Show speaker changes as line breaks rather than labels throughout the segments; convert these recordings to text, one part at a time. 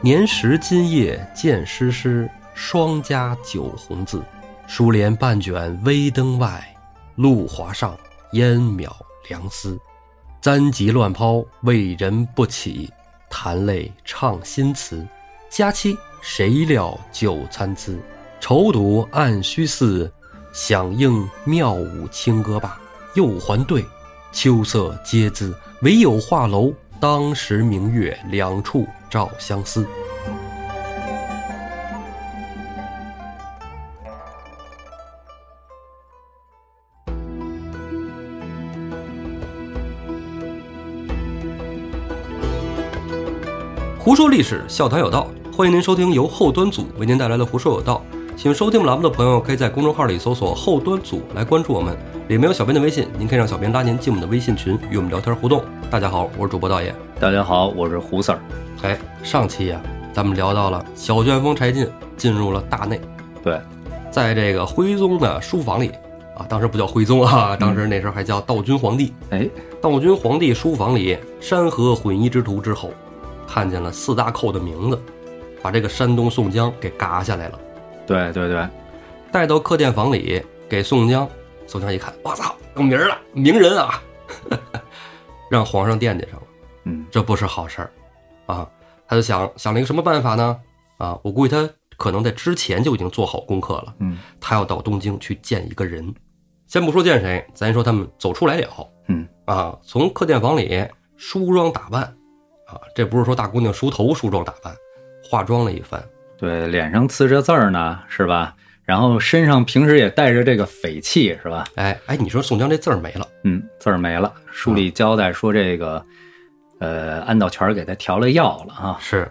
年时今夜见诗诗，双加九红字。书帘半卷微灯外，露华上烟渺凉丝。簪髻乱抛为人不起，弹泪唱新词。佳期谁料酒参差，愁睹暗虚寺，响应妙舞清歌罢。又还对，秋色皆姿，唯有画楼当时明月两处照相思。胡说历史，笑谈有道。欢迎您收听由后端组为您带来的《胡说有道》。喜欢收听栏目的朋友，可以在公众号里搜索“后端组”来关注我们，里面有小编的微信，您可以让小编拉您进我们的微信群，与我们聊天互动。大家好，我是主播道爷。
大家好，我是胡 Sir。
哎，上期呀、咱们聊到了小旋风柴进进入了大内，
对，
在这个徽宗的书房里啊，当时不叫徽宗啊，当时那时候还叫道君皇帝。
哎，
道君皇帝书房里，山河混一之徒之后，看见了四大寇的名字，把这个山东宋江给嘎下来了，
对对对，
带到客店房里给宋江。宋江一看，我操，有名儿了，名人啊， 让皇上惦记上了。
嗯，
这不是好事儿，啊，他就想想了一个什么办法呢？啊，我估计他可能在之前就已经做好功课了，
嗯
他要到东京去见一个人，先不说见谁，咱说他们走出来了，
嗯
啊，从客店房里梳妆打扮，啊，这不是说大姑娘梳头梳妆打扮，化妆了一番，
对，脸上刺着字儿呢，是吧？然后身上平时也带着这个匪气，是吧？
哎哎，你说宋江这字儿没了，
嗯，字儿没了。书
嗯
里交代说这个，呃，安道全儿给他调了药了啊。
是，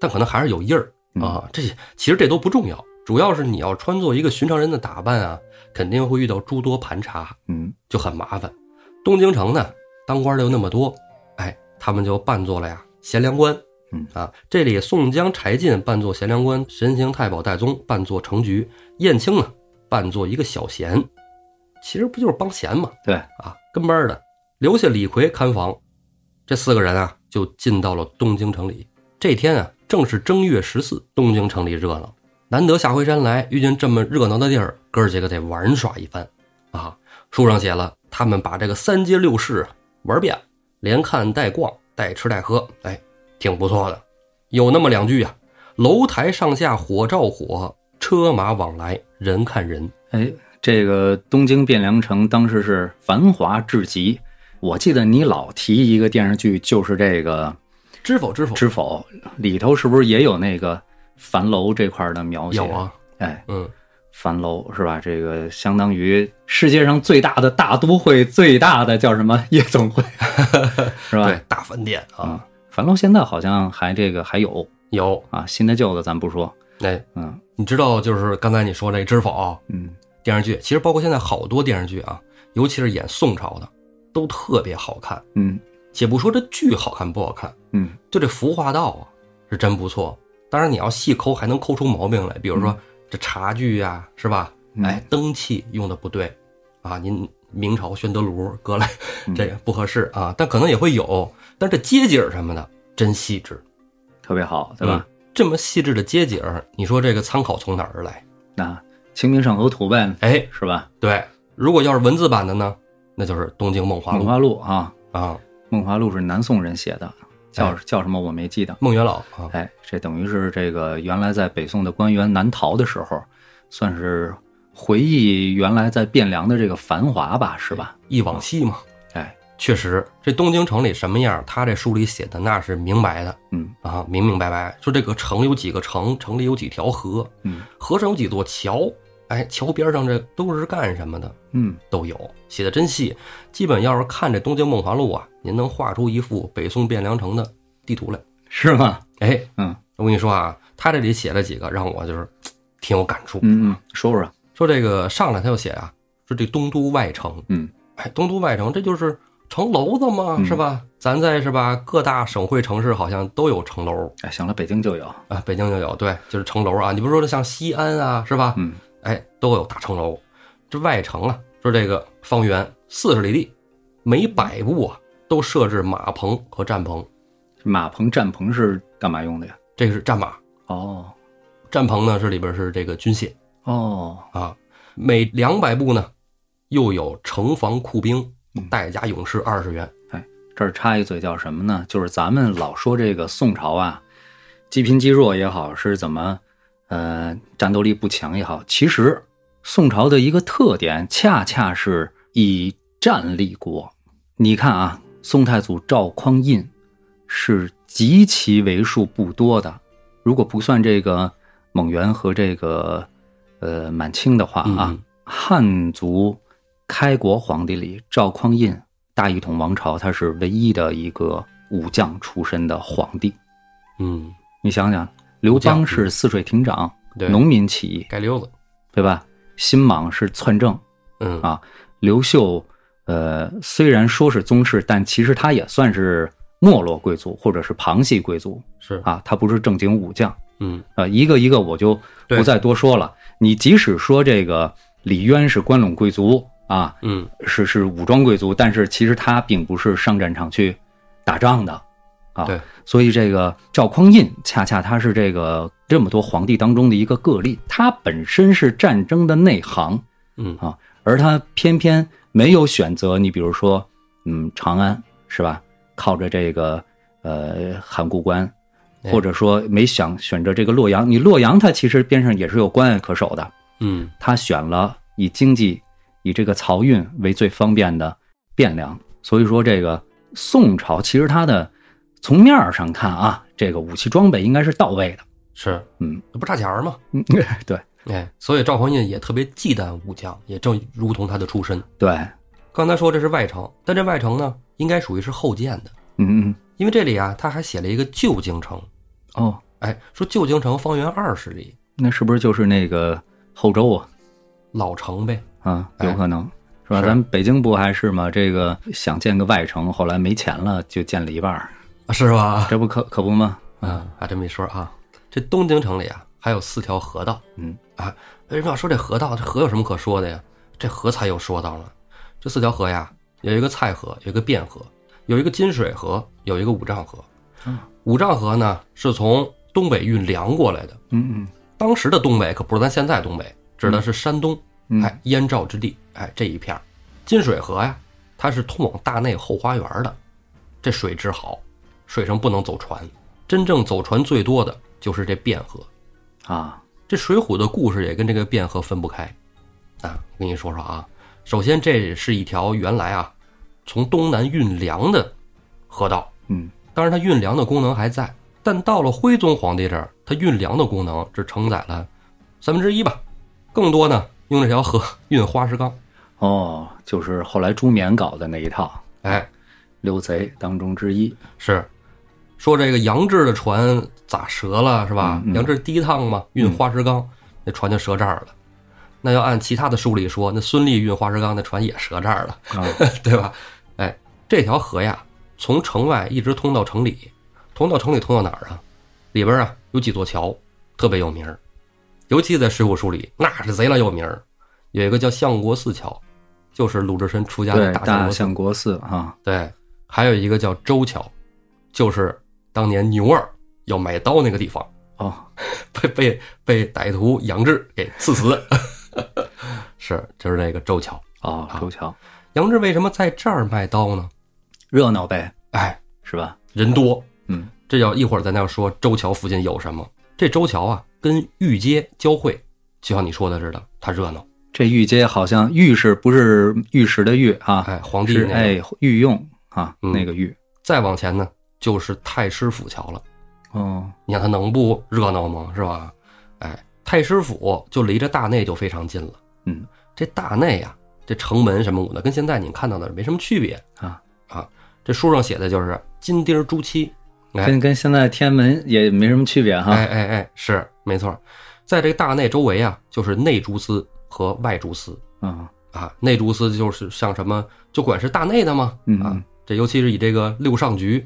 但可能还是有印儿
嗯
啊，这其实这都不重要，主要是你要穿作一个寻常人的打扮啊，肯定会遇到诸多盘查，
嗯，
就很麻烦。东京城呢，当官的又那么多，哎，他们就扮作了呀贤良官。
嗯
啊，这里宋江、柴进扮作贤良官，神行太保戴宗扮作程局，燕青呢扮作一个小闲，其实不就是帮闲嘛？
对，
啊，跟班儿的，留下李逵看房。这四个人啊，就进到了东京城里。这天啊，正是正月十四，东京城里热闹，难得下回山来，遇见这么热闹的地儿，哥儿几个得玩耍一番啊！书上写了，他们把这个三街六市啊玩遍了，连看带逛，带吃带喝，哎，挺不错的。有那么两句啊：楼台上下火照火，车马往来人看人。
哎，这个东京汴梁城当时是繁华至极。我记得你老提一个电视剧，就是这个
知否？知否？
《知否》，里头是不是也有那个樊楼这块儿的描写？
有，啊，
哎，
嗯，
樊楼是吧？这个相当于世界上最大的大都会，最大的叫什么夜总 会，是吧
对？，大饭店啊，
啊，樊楼现在好像还这个还有
有。
啊，新的旧的咱不说，
哎，
嗯
你知道就是刚才你说这知否、
嗯，
电视剧，其实包括现在好多电视剧啊，尤其是演宋朝的，都特别好看。
嗯
且不说这剧好看不好看，
嗯
就这服化道啊，是真不错。当然，你要细抠，还能抠出毛病来，比如说这茶具呀、是吧？
嗯
哎，灯器用的不对啊，您明朝宣德炉搁来，
嗯
这个不合适啊。但可能也会有，但这街景什么的真细致，
特别好，对吧？
这么细致的街景，你说这个参考从哪儿而来？
那《清明上河图》呗，
哎，
是吧？
对，如果要是文字版的呢，那就是《东京梦华
梦
录》
华录啊，
啊，
梦华录是南宋人写的，叫
哎
叫什么我没记得。
孟元老啊，
哎，这等于是这个原来在北宋的官员南逃的时候，算是回忆原来在汴梁的这个繁华吧，是吧？
忆往昔嘛。
哎，
确实，这东京城里什么样，他这书里写的那是明白的。
嗯
啊，明明白白说这个城有几个城，城里有几条河，
嗯
河上有几座桥，哎，桥边上这都是干什么的
嗯，
都有，写的真细。基本要是看这《东京梦华录》啊，您能画出一幅北宋汴梁城的地图来。
是吗？
哎，
嗯
我跟你说啊，他这里写了几个让我就是嘖挺有感触。
嗯嗯，说说，
说这个上来他就写啊，说这东都外城，
嗯，
哎，东都外城这就是城楼子嘛，是吧？咱在是吧各大省会城市好像都有城楼。
哎，行了，北京就有，
啊，北京就有，对，就是城楼啊。你不是说像西安啊，是吧？
嗯，
哎，都有大城楼。这外城啊，说这个方圆四十里地，每百步啊都设置马棚和战棚。
马棚、战棚是干嘛用的呀？
这个是战马，
哦
战棚呢是里边是这个军械
哦，
啊。每两百步呢，又有城防库兵
嗯，
代价勇士二十元。
这儿插一嘴叫什么呢？就是咱们老说这个宋朝啊，积贫积弱也好，是怎么呃战斗力不强也好，其实宋朝的一个特点，恰恰是以战立国。你看啊，宋太祖赵匡胤是极其为数不多的，如果不算这个蒙元和这个呃满清的话啊，
嗯
汉族开国皇帝里，赵匡胤大一统王朝，他是唯一的一个武将出身的皇帝。
嗯，
你想想，刘
将
邦是泗水亭长，
对，
农民起义，
街溜子，
对吧？辛莽是篡政，
嗯
啊刘秀，呃，虽然说是宗室，但其实他也算是没落贵族或者是旁系贵族
是，
啊，他不是正经武将。
嗯
呃，一个一个我就
对
不再多说了。你即使说这个李渊是关陇贵族啊，
嗯
是是武装贵族，但是其实他并不是上战场去打仗的啊。
对，
所以这个赵匡胤恰恰他是这个这么多皇帝当中的一个个例，他本身是战争的内行，
嗯
而他偏偏没有选择你，比如说，嗯，长安是吧？靠着这个呃函谷关，
哎
或者说没想选择这个洛阳。你洛阳它其实边上也是有关隘可守的，
嗯
他选了以经济、以这个漕运为最方便的汴梁。所以说，这个宋朝其实它的从面儿上看啊，这个武器装备应该是到位的。
是，
嗯，
不差钱儿嘛。
嗯， 对
哎，所以赵匡胤也特别忌惮武将，也正如同他的出身。
对，
刚才说这是外城，但这外城呢，应该属于是后建的，
嗯嗯，
因为这里啊，他还写了一个旧京城。
哦，
哎，说旧京城方圆二十里，
那是不是就是那个后周啊？
老城呗。
啊，
哎
有可能、是吧？
是
咱们北京不还是吗？这个想建个外城，后来没钱了，就建了一半儿，
啊是吧？
这不可可不吗？
啊，还真没说啊。这东京城里啊，还有四条河道。
嗯
啊，为什么要说这河道？这河有什么可说的呀？这河才有说道呢。这四条河呀，有一个蔡河，有一个汴河，有一个金水河，有一个五丈河
嗯。
五丈河呢，是从东北运粮过来的。
嗯
当时的东北可不是咱现在东北，指的是山东，
嗯，
哎，燕赵之地，哎，这一片儿。金水河呀，它是通往大内后花园的，这水质好，水上不能走船，真正走船最多的就是这汴河。
啊，
这《水浒》的故事也跟这个汴河分不开，啊，我跟你说说啊，首先这是一条原来啊从东南运粮的河道，
嗯
当然它运粮的功能还在，但到了徽宗皇帝这儿，它运粮的功能只承载了三分之一吧，更多呢用这条河运花石纲，
哦，就是后来朱冕搞的那一套
哎，
六贼当中之一。
是说这个杨志的船咋折了是吧？
嗯嗯
杨志第一趟嘛，运花石纲，那船就折这儿了。那要按其他的书里说，那孙俪运花石纲，那船也折这儿了，
啊
对吧？哎，这条河呀，从城外一直通到城里，通到城里通到哪儿啊？里边啊有几座桥，特别有名儿，尤其在《水浒》书里，那是贼拉有名儿。有一个叫相国寺桥，就是鲁智深出家的
对，
大相
大
国寺
相国寺啊，
对，还有一个叫周桥，就是当年牛二要买刀那个地方，
哦，
被被被歹徒杨志给刺死。是，就是那个周桥。
哦，周桥、
杨志为什么在这儿卖刀呢？
热闹呗，
哎，
是吧？
人多。
嗯，
这要一会儿咱要说周桥附近有什么。这周桥啊，跟御街交汇，就像你说的似的，它热闹。
这御街好像御是不是玉石的玉啊？
哎，皇帝
是
那个
哎御用啊，
嗯
那个御。
再往前呢，就是太师府桥了。
哦，
你看它能不热闹吗？是吧？哎，太师府就离着大内就非常近了。
嗯，
这大内啊，这城门什么的，跟现在你看到的没什么区别
啊
啊。这书上写的就是金钉儿朱漆，哎
跟跟现在天安门也没什么区别哈。
哎哎哎，是没错。在这个大内周围啊，就是内蛛丝和外蛛丝
啊，
啊。内蛛丝就是像什么，就管是大内的嘛
嗯
啊。这尤其是以这个六上局，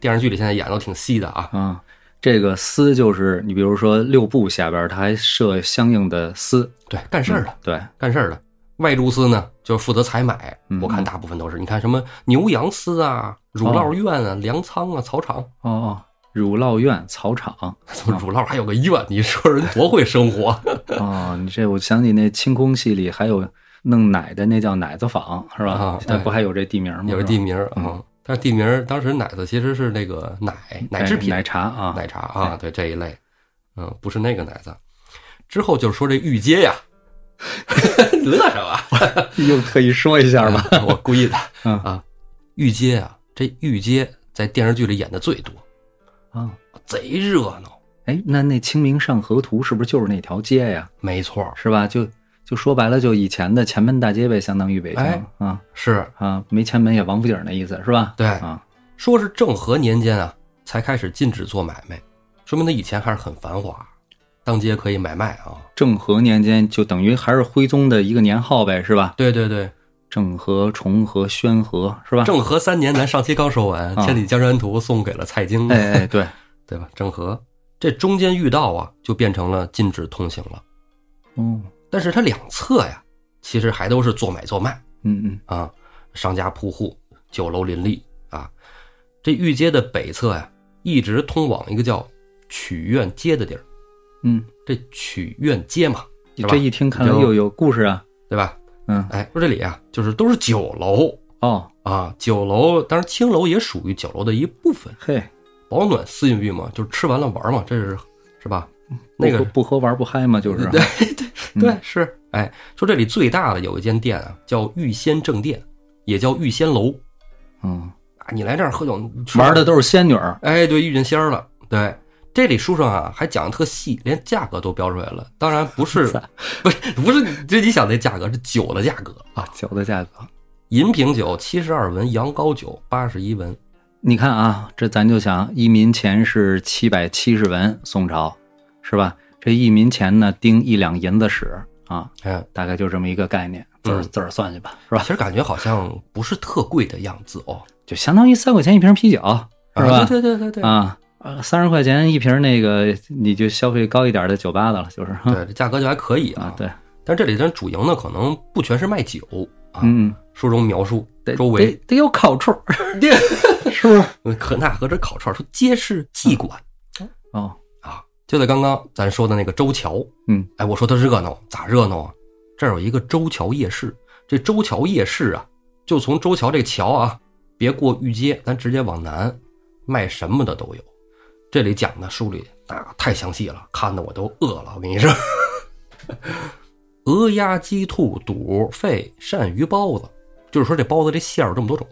电视剧里现在演的都挺细的啊。
啊，这个司就是你比如说六部下边儿，它还设相应的司
对，干事儿的。
对，
干事儿的。外蛛丝呢，就是负责采买
嗯，哦
我看大部分都是。你看什么牛羊丝啊、乳酪院啊、粮仓啊、草场，
哦哦，乳酪院草场。
怎么乳酪还有个院？你说人多会生活？
哦，你这我想起那清宫戏里还有弄奶的，那叫奶子坊是吧
啊？
现在不还有这地名吗？
有
是
个
吧
地名儿
嗯
啊，但是地名儿当时奶子其实是那个奶奶制品、
奶茶啊，
奶茶啊，对这一类，嗯，不是那个奶子。之后就是说这御街呀，你 乐什么？
又特意说一下吧。
我故意的
嗯
啊。御街啊，这御街在电视剧里演的最多，
啊，
贼热闹。
哎，那那《清明上河图》是不是就是那条街呀？
没错儿，
是吧？就就说白了，就以前的前门大街呗，相当于北京、
哎
啊
是
啊，没前门也王府井那意思是吧？
对
啊，
说是郑和年间啊，才开始禁止做买卖，说明他以前还是很繁华，当街可以买卖啊。
郑和年间就等于还是徽宗的一个年号呗，是吧？
对对对，
郑和、重和、宣和是吧？
郑和三年，咱上期刚说完，
啊
《千里江山图》送给了蔡京，
哎哎对，
对吧？郑和这中间御道啊，就变成了禁止通行了。
哦，
但是它两侧呀，其实还都是做买做卖
嗯嗯，
啊，商家铺户，酒楼林立啊。这御街的北侧呀，一直通往一个叫曲苑街的地儿。
嗯，
这曲苑街嘛，是吧
这一听看来
你就
又有故事啊，
对吧？
嗯
哎，说这里啊，就是都是酒楼
哦
啊，酒楼，当然青楼也属于酒楼的一部分。
嘿，
保暖私隐欲嘛，就是吃完了玩嘛，这是是吧？那个
不喝不喝玩不嗨嘛，就是
对
嗯
对是，哎，说这里最大的有一间店啊，叫玉仙正店，也叫玉仙楼
嗯，
啊。你来这儿喝酒吃
玩的，都是仙女儿，，
哎，对，遇见仙儿了。对，这里书上啊还讲的特细，连价格都标出来了。当然不是不是不是，这你想那价格是酒的价格啊，
酒的价格。
银瓶酒七十二文，羊羔酒八十一文。
你看啊，这咱就想，一民钱是七百七十文，宋朝是吧？这一民钱呢，丁一两银子使啊，
哎，
大概就这么一个概念，自个儿
嗯
自个儿算去吧，是吧
其？实感觉好像不是特贵的样子哦，
就相当于三块钱一瓶啤酒，是吧？
啊对对对对对，
啊，三十块钱一瓶那个，你就消费高一点的酒吧的了，就是哈
对，这价格就还可以
嗯
啊，。
啊对，
但这里咱主营呢，可能不全是卖酒啊。
嗯，
书中描述
得
周
得
围，
得有烤串儿， 是不是？
可那和这烤串儿说皆是妓馆
哦，
啊。就在刚刚咱说的那个周桥，
嗯，
哎，我说它热闹，咋热闹啊？这儿有一个周桥夜市，这周桥夜市啊，就从周桥这个桥啊，别过御街，咱直接往南，卖什么的都有。这里讲的书里那、太详细了，看得我都饿了。我跟你说， 鹅鸭鸡兔肚肺鳝鱼包子，就是说这包子这馅儿有这么多种，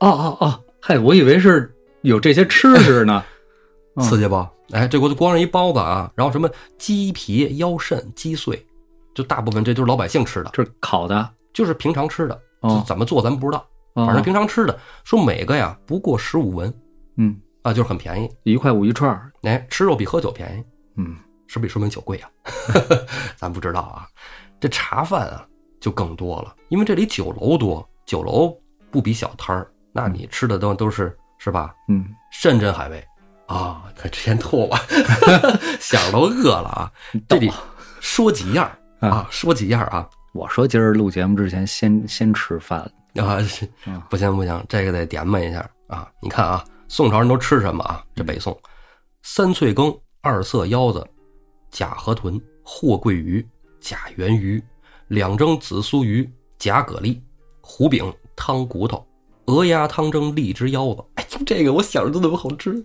哦哦哦，嗨，我以为是有这些吃食呢。嗯
刺激不？哎，这我就光是一包子啊，然后什么鸡皮、腰肾、鸡碎，就大部分这就是老百姓吃的，
这是烤的，
就是平常吃的，
哦
就怎么做咱们不知道，
哦
反正平常吃的，说每个呀不过十五文
嗯，
啊，就是很便宜。
一块五一串儿，
哎，吃肉比喝酒便宜，
嗯，
是不是比说明酒贵 啊？咱不知道啊。这茶饭啊就更多了，因为这里酒楼多，酒楼不比小摊儿，那你吃的都都是是吧？
嗯，
山珍海味啊！ 可之前吐吧，想着都饿了啊。这里说几样儿
啊
啊，说几样儿啊
我说今儿录节目之前先先吃饭，
啊！是
嗯
不行不行，这个得点吧一下啊！你看啊，宋朝人都吃什么啊？
嗯
这北宋，三翠羹、二色腰子、甲河豚、货桂鱼、甲圆鱼、两蒸紫苏鱼、甲蛤蜊、糊饼、汤骨头、鹅鸭汤蒸荔枝腰子。哎呦，这个我想着都那么好吃。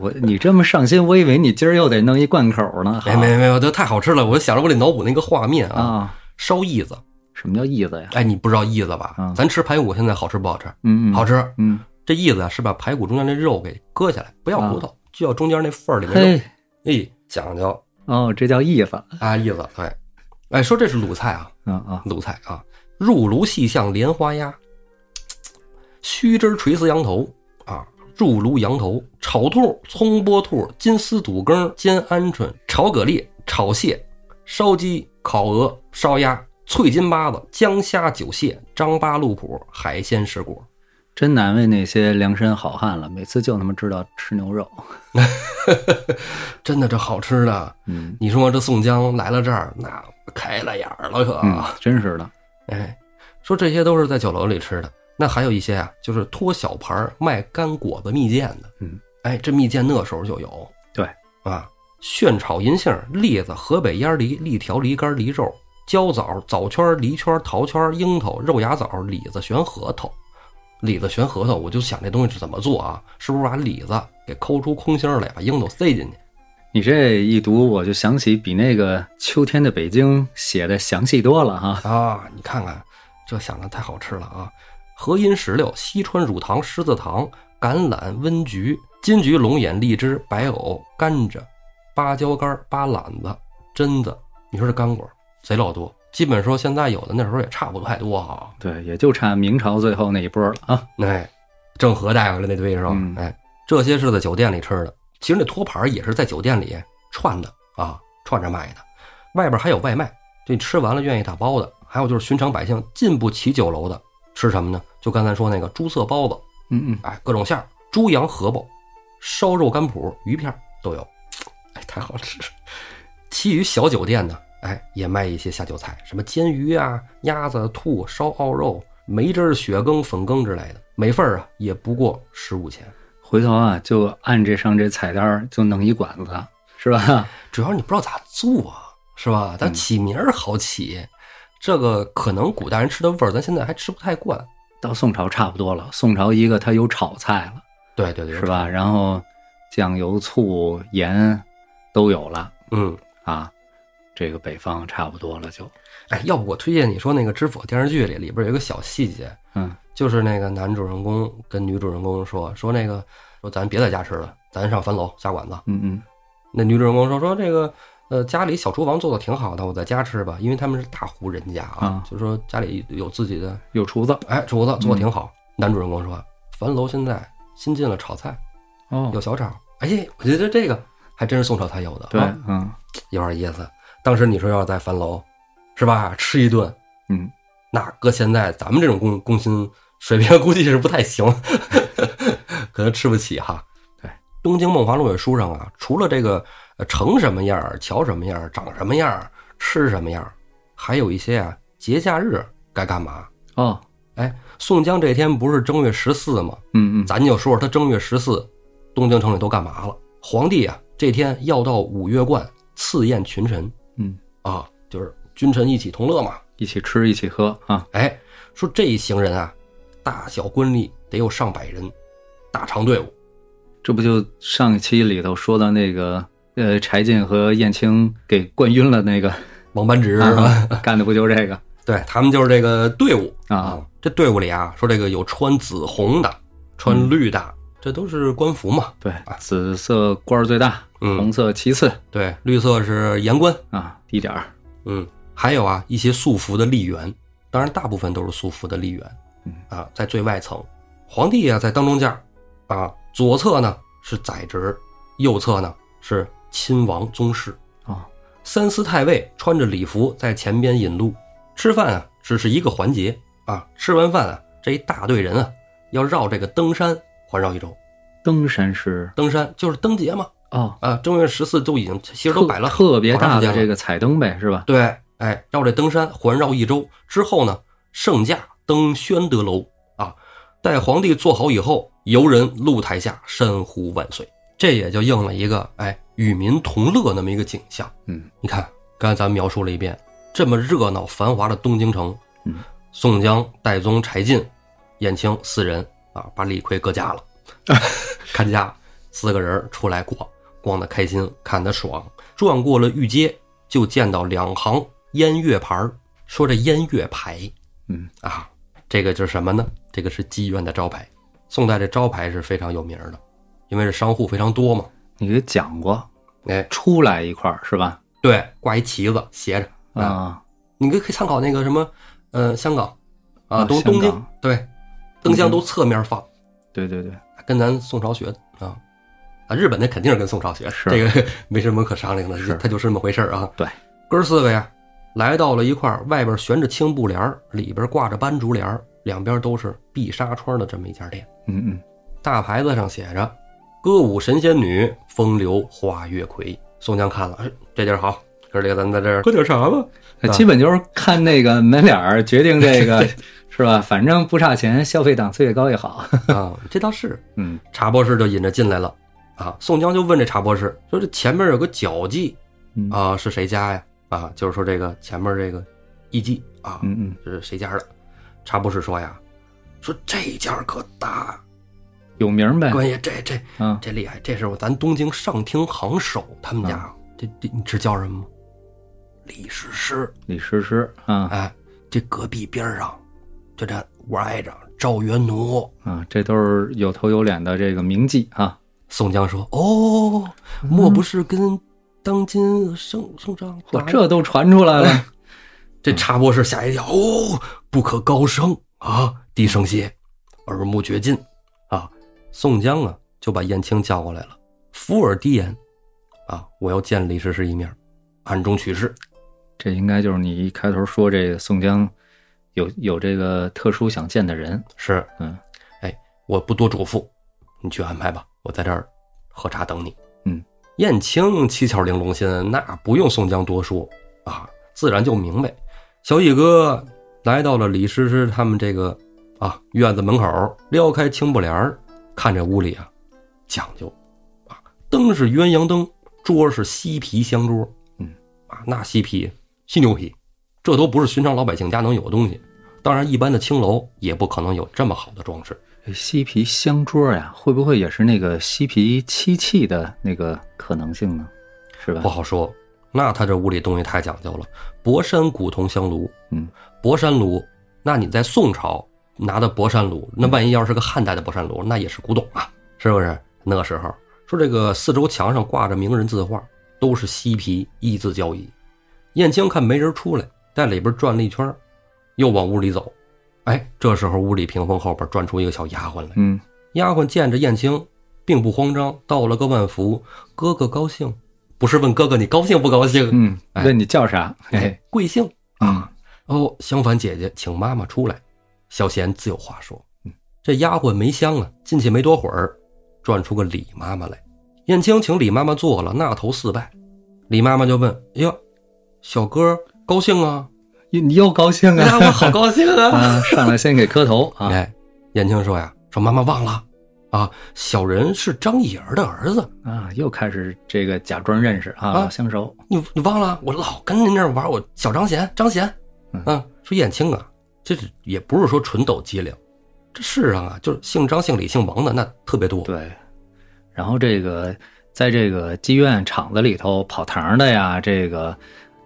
我你这么上心，我以为你今儿又得弄一贯口呢。
没没没有，这太好吃了！我想着我得脑补那个画面
啊
啊，烧翼子，
什么叫意思呀？
哎，你不知道翼子吧？
嗯
咱吃排骨现在好吃不好吃？
嗯嗯，
好，吃。
嗯，
这翼子啊是把排骨中间那肉给割下来，不要骨头，就要中间那缝儿里面肉。
嘿，
哎，讲究
哦，这叫意思，
啊，翼子对。哎，说这是鲁菜啊，
嗯啊，
鲁菜啊，入炉细象莲花鸭，须汁儿垂丝羊头啊，入炉羊头，炒兔、葱波兔、金丝肚羹、煎鹌鹑、炒蛤蜊、炒蟹、烧鸡、烤鹅、烧鸭、脆金巴子、姜虾、酒蟹、张八鹿脯、海鲜石锅。
真难为那些梁山好汉了，每次就他妈知道吃牛肉。
真的，这好吃的，
嗯
你说这宋江来了这儿，那开了眼儿了可。
嗯，真是的，
哎，说这些都是在酒楼里吃的，那还有一些啊，就是托小盘儿卖干果子蜜饯的。
嗯，
哎，这蜜饯那时候就有。
对
啊，炫炒银杏、栗子、河北烟梨、栗条、梨干、梨肉、焦枣、枣圈、梨圈、桃圈、樱桃、肉芽枣、李子、旋核桃。李子旋核桃，我就想这东西是怎么做啊？是不是把李子给抠出空心儿来，把樱桃塞进去？
你这一读，我就想起比那个《秋天的北京》写的详细多了哈。
啊，你看看，这想的太好吃了啊！和阴石榴、西川乳糖、狮子糖、橄榄、温菊、金桔、龙眼、荔枝、白藕、甘蔗、芭蕉干、芭榄子、榛子，你说这干果贼老多。基本说现在有的那时候也差不太多哈、
对，也就差明朝最后那一波了啊。
哎，郑和带回来那堆是吧？
嗯
哎，这些是在酒店里吃的，其实那托盘也是在酒店里串的啊，串着卖的。外边还有外卖，就你吃完了愿意打包的，还有就是寻常百姓进不起酒楼的，吃什么呢？就刚才说那个猪色包子，
嗯嗯，
哎，各种馅儿，猪羊荷包、烧肉干脯、鱼片儿都有，哎，太好吃了。其余小酒店呢，哎，也卖一些下酒菜，什么煎鱼啊、鸭子、兔、烧奥肉、梅汁儿、雪羹、粉羹之类的，每份儿啊也不过十五钱。
回头啊，就按这上这菜单儿就弄一馆子，是吧？
主要你不知道咋做、是吧？咱
嗯
起名儿好起，这个可能古代人吃的味儿，咱现在还吃不太惯。
到宋朝差不多了，宋朝一个它有炒菜了，
对对对，
是？吧？然后酱油、醋、盐都有了
嗯，
啊。这个北方差不多了就，
哎，要不我推荐你说那个《知否》电视剧里里边有一个小细节，
嗯
就是那个男主人公跟女主人公说说那个说咱别在家吃了，咱上樊楼下馆子。
嗯嗯，
那女主人公说说这个呃家里小厨房做的挺好的，我在家吃吧，因为他们是大户人家啊
啊，
就说家里有自己的
有厨子
哎厨子做的挺好。男主人公说樊楼现在新进了炒菜，
哦
有，小炒，哎，我觉得这个还真是宋朝才有的，
对
啊，
嗯
有点意思。当时你说要是在樊楼，是吧，吃一顿，
嗯，
那搁现在咱们这种工工薪水平，估计是不太行， 可能吃不起哈。
对，
《东京梦华录》这书上啊，除了这个呃成什么样儿、瞧什么样儿、长什么样儿、吃什么样儿，还有一些啊节假日该干嘛。
哦，
哎，宋江这天不是正月十四吗？
嗯嗯，
咱就说说他正月十四，东京城里都干嘛了？皇帝啊，这天要到五岳观赐宴群臣，
嗯
啊，就是君臣一起同乐嘛。
一起吃一起喝啊，
哎，说这一行人啊，大小官吏得有上百人，大长队伍。
这不就上一期里头说到那个呃柴进和燕青给灌晕了那个，
王班直是吧？
啊干的不就这个
对他们就是这个队伍
啊
这队伍里啊，说这个有穿紫红的，
嗯
穿绿的，这都是官服嘛。
对，紫色官儿最大，
啊嗯
红色其次
对，绿色是盐官，
啊，低点儿。
嗯，还有啊一些素服的吏员，当然大部分都是素服的吏员
嗯。
啊，在最外层，皇帝啊在当中间儿，啊左侧呢是宰执，右侧呢是亲王宗室。
哦，
三司太尉穿着礼服在前边引路。吃饭啊，只是一个环节啊。吃完饭啊，这一大队人啊，要绕这个登山环绕一周。
登山是
登山就是登节嘛，
哦，
啊，正月十四都已经其实都摆了
特特别
好长时
大的
间了
这个彩灯呗，是吧？
对，哎，绕这登山环绕一周之后呢，圣驾登宣德楼啊，待皇帝坐好以后，游人露台下山呼万岁，这也就应了一个哎与民同乐那么一个景象。
嗯，
你看，刚才咱们描述了一遍这么热闹繁华的东京城，
嗯，
宋江、戴宗、柴进、燕青四人啊，把李逵搁家 了，看家四个人出来逛，逛的开心，看的爽。转过了御街，就见到两行烟月牌儿说这烟月牌，
嗯
啊，这个就是什么呢？这个是妓院的招牌。宋代这招牌是非常有名儿的，因为这商户非常多嘛。
你给讲过，
哎，
出来一块儿是吧？
对，挂一旗子斜着，
啊，
你可以参考那个什么，呃，香港啊，
啊
东
香
东
港
京对，灯箱都侧面放，
对对对，
跟咱宋朝学的啊啊，日本那肯定是跟宋朝学，
是
这个 没什么可商量的，
是
它就是这么回事儿啊。
对，
哥儿四个呀，来到了一块儿，外边悬着青布帘儿，里边挂着斑竹帘儿，两边都是碧纱窗的这么一家店，
嗯嗯，
大牌子上写着“歌舞神仙女，风流花月魁”。宋江看了，哎，这地儿好，哥儿几个咱在这儿喝点茶吧。
那基本就是看那个门脸儿决定 这个是吧？反正不差钱，消费档次越高越好。
啊，这倒是。
嗯
茶博士就引着进来了。啊，宋江就问这查博士说：“这前面有个脚迹
嗯
啊，是谁家呀？”啊，就是说这个前面这个艺妓啊，
嗯嗯，
这是谁家的？查博士说呀：“说这家可大，
有名儿呗，
官爷这这
啊，
这厉害，这是咱东京上厅行首他们家。这这你知叫什么吗？李师师。
李师师啊
哎，这隔壁边儿上，就这我挨着赵元奴。
啊，这都是有头有脸的这个名妓啊，
宋江说：“哦，莫不是跟当今圣圣上
嚯，
打的
这都传出来了，
哦这查博士吓一跳，哦，不可高声啊，低声些，耳目绝尽啊。宋江啊，就把燕青叫过来了，伏耳低言啊，我要见李师师一面，暗中取事。
这应该就是你一开头说这个宋江有有这个特殊想见的人，
是，
嗯，
哎，我不多嘱咐，你去安排吧，我在这儿喝茶等你。
嗯，
燕青七窍玲珑心，那不用宋江多说啊，自然就明白。小乙哥来到了李师师他们这个啊院子门口，撩开青布帘儿，看这屋里啊讲究啊，灯是鸳鸯灯，桌是漆皮香桌，
嗯，
啊，那漆皮犀牛皮，这都不是寻常老百姓家能有的东西。当然，一般的青楼也不可能有这么好的装饰。
这哎嬉皮香桌呀，会不会也是那个嬉皮漆器的那个可能性呢？是吧
不？好说。那他这屋里东西太讲究了，博山古铜香炉，
嗯，
博山炉，那你在宋朝拿的博山炉，那万一要是个汉代的博山炉，那也是古董啊，是不是？那时候说这个四周墙上挂着名人字画，都是漆皮一字交椅。燕青看没人出来，在里边转了一圈，又往屋里走。哎，这时候屋里屏风后边转出一个小丫鬟来，
嗯，
丫鬟见着燕青，并不慌张，道了个万福，哥哥高兴，不是问哥哥你高兴不高兴，
嗯，哎
哎
问你叫啥？嘿嘿，
贵姓
啊，
哦。相反，姐姐请妈妈出来。小贤自有话说
嗯。
这丫鬟梅香啊，进去没多会儿，转出个李妈妈来。燕青请李妈妈坐了，那头四拜。李妈妈就问：“哎呦，小哥高兴 啊？
你你又高兴
哎呀，
啊？
我好高兴啊！”
啊，上来先给磕头啊，
哎，燕青说呀：“说妈妈忘了啊，小人是张乙儿的儿子。”
啊，又开始这个假装认识啊，
啊
相熟，
你你忘了？我老跟您这儿玩，我小张贤，张贤，
嗯
啊，说燕青啊，这是也不是说纯抖机灵，这世上啊，就是姓张、姓李、姓王的那特别多。
对。然后这个在这个妓院厂子里头跑堂的呀，这个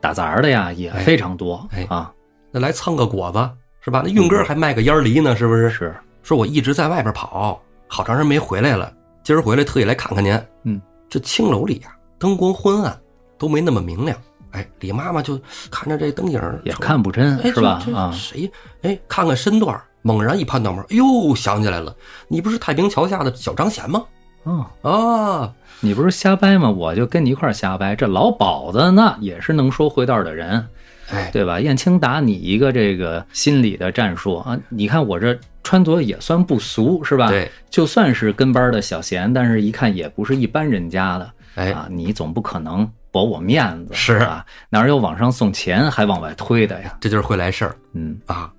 打杂的呀也
哎
非常多、
哎
啊，
那来蹭个果子是吧？那运哥还卖个烟梨呢，是不是？
嗯是
说我一直在外边跑，好长时间没回来了，今儿回来特意来看看您。
嗯，
这青楼里呀、灯光昏暗，都没那么明亮。哎，李妈妈就看着这灯影儿
也看不真
哎，
是吧
这？这
啊，
谁？哎，看看身段儿，猛然一攀脑门儿，哎呦，想起来了，你不是太平桥下的小张贤吗？
嗯。
啊，
你不是瞎掰吗？我就跟你一块儿瞎掰。这老鸨子那也是能说会道的人，
哎，
对吧？燕青打你一个这个心理的战术啊！你看我这穿着也算不俗，是吧？，
对，
就算是跟班的小贤，但是一看也不是一般人家的、
哎，
啊！你总不可能驳我面子
是
啊？哪有往上送钱还往外推的呀？
这就是会来事儿
嗯，
啊。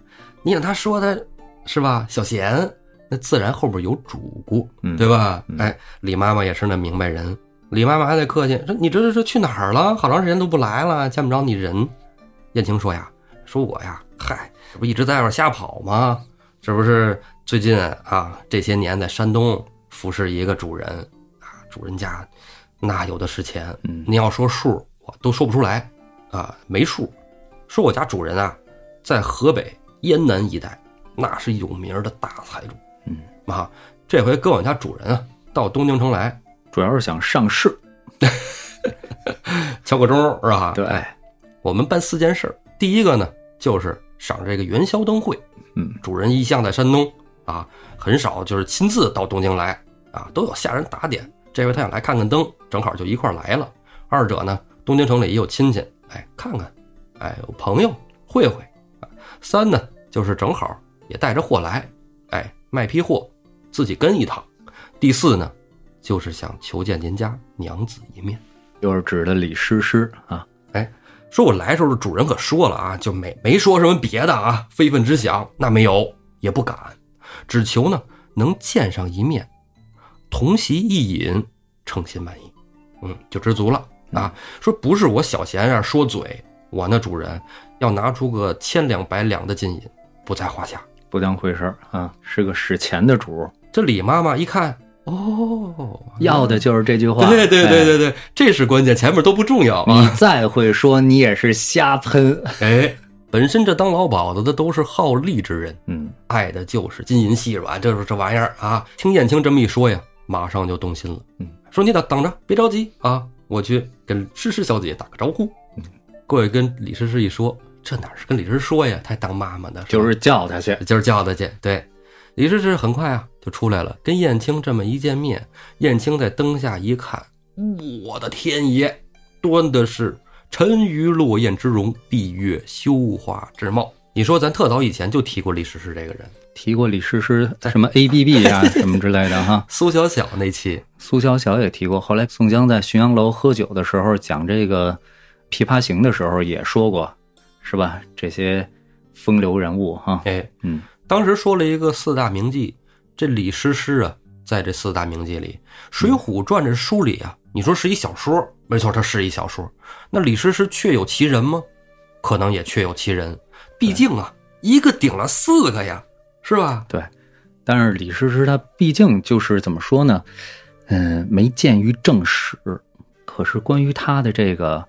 你想他说的是吧？小贤，那自然后边有主顾，
嗯
对吧
嗯？
哎，李妈妈也是那明白人，李妈妈还得客气，说你这这这去哪儿了？好长时间都不来了，见不着你人。燕青说呀，说我呀，嗨，这不一直在外边瞎跑吗？这不是最近啊，这些年在山东服侍一个主人啊，主人家那有的是钱，
嗯
你要说数，我都说不出来啊，没数。说我家主人啊，在河北燕南一带，那是有名儿的大财主，
嗯
啊，这回跟我家主人啊到东京城来
主要是想上市，
敲个钟儿是吧？
对，
哎我们办四件事儿。第一个呢，就是赏这个元宵灯会。
嗯，
主人一向在山东啊，很少就是亲自到东京来啊，都有下人打点。这回他想来看看灯，正好就一块儿来了。二者呢，东京城里也有亲戚，哎，看看，哎，有朋友会会。啊三呢，就是正好也带着货来，哎，卖批货，自己跟一趟。第四呢，就是想求见您家娘子一面。
又是指的李师师啊，
说我来的时候，主人可说了啊，就没没说什么别的啊，非分之想那没有，也不敢，只求呢能见上一面，同席一饮，称心满意，嗯，就知足了
嗯
啊。说不是我小闲啊，说嘴，我那主人要拿出个千两百两的金银，不在话下。
不当回事儿啊，是个使钱的主儿，
这李妈妈一看，哦，
要的就是这句话。
对对对
哎
对对，这是关键，前面都不重要啊。
你再会说，你也是瞎喷。
哎，本身这当老鸨子的都是好利之人，
嗯，
爱的就是金银细软，这是这玩意儿啊。听燕青这么一说呀，马上就动心了。
嗯，
说你等等着，别着急啊，我去跟诗诗小姐打个招呼。
嗯，
过去跟李诗诗一说，这哪是跟李诗诗说呀？她还当妈妈呢，吧
就是叫他去。
今儿叫他去。对，李师师很快啊就出来了，跟燕青这么一见面，燕青在灯下一看，
嗯
我的天爷，端的是沉鱼落雁之容，闭月羞花之貌。你说咱特早以前就提过李师师这个人，
提过李诗诗什么 A B B 呀、什么之类的哈。
苏小小那期，
苏小小也提过，后来宋江在浔阳楼喝酒的时候讲这个《琵琶行》的时候也说过，是吧？这些风流人物哈，
哎，
嗯，
当时说了一个四大名妓，这李师师啊，在这四大名妓里，《水浒传》这书里啊，你说是一小说，没错，它是一小说。那李师师确有其人吗？可能也确有其人，毕竟啊，一个顶了四个呀，是吧？
对。但是李师师她毕竟就是怎么说呢？嗯，没鉴于正史，可是关于她的这个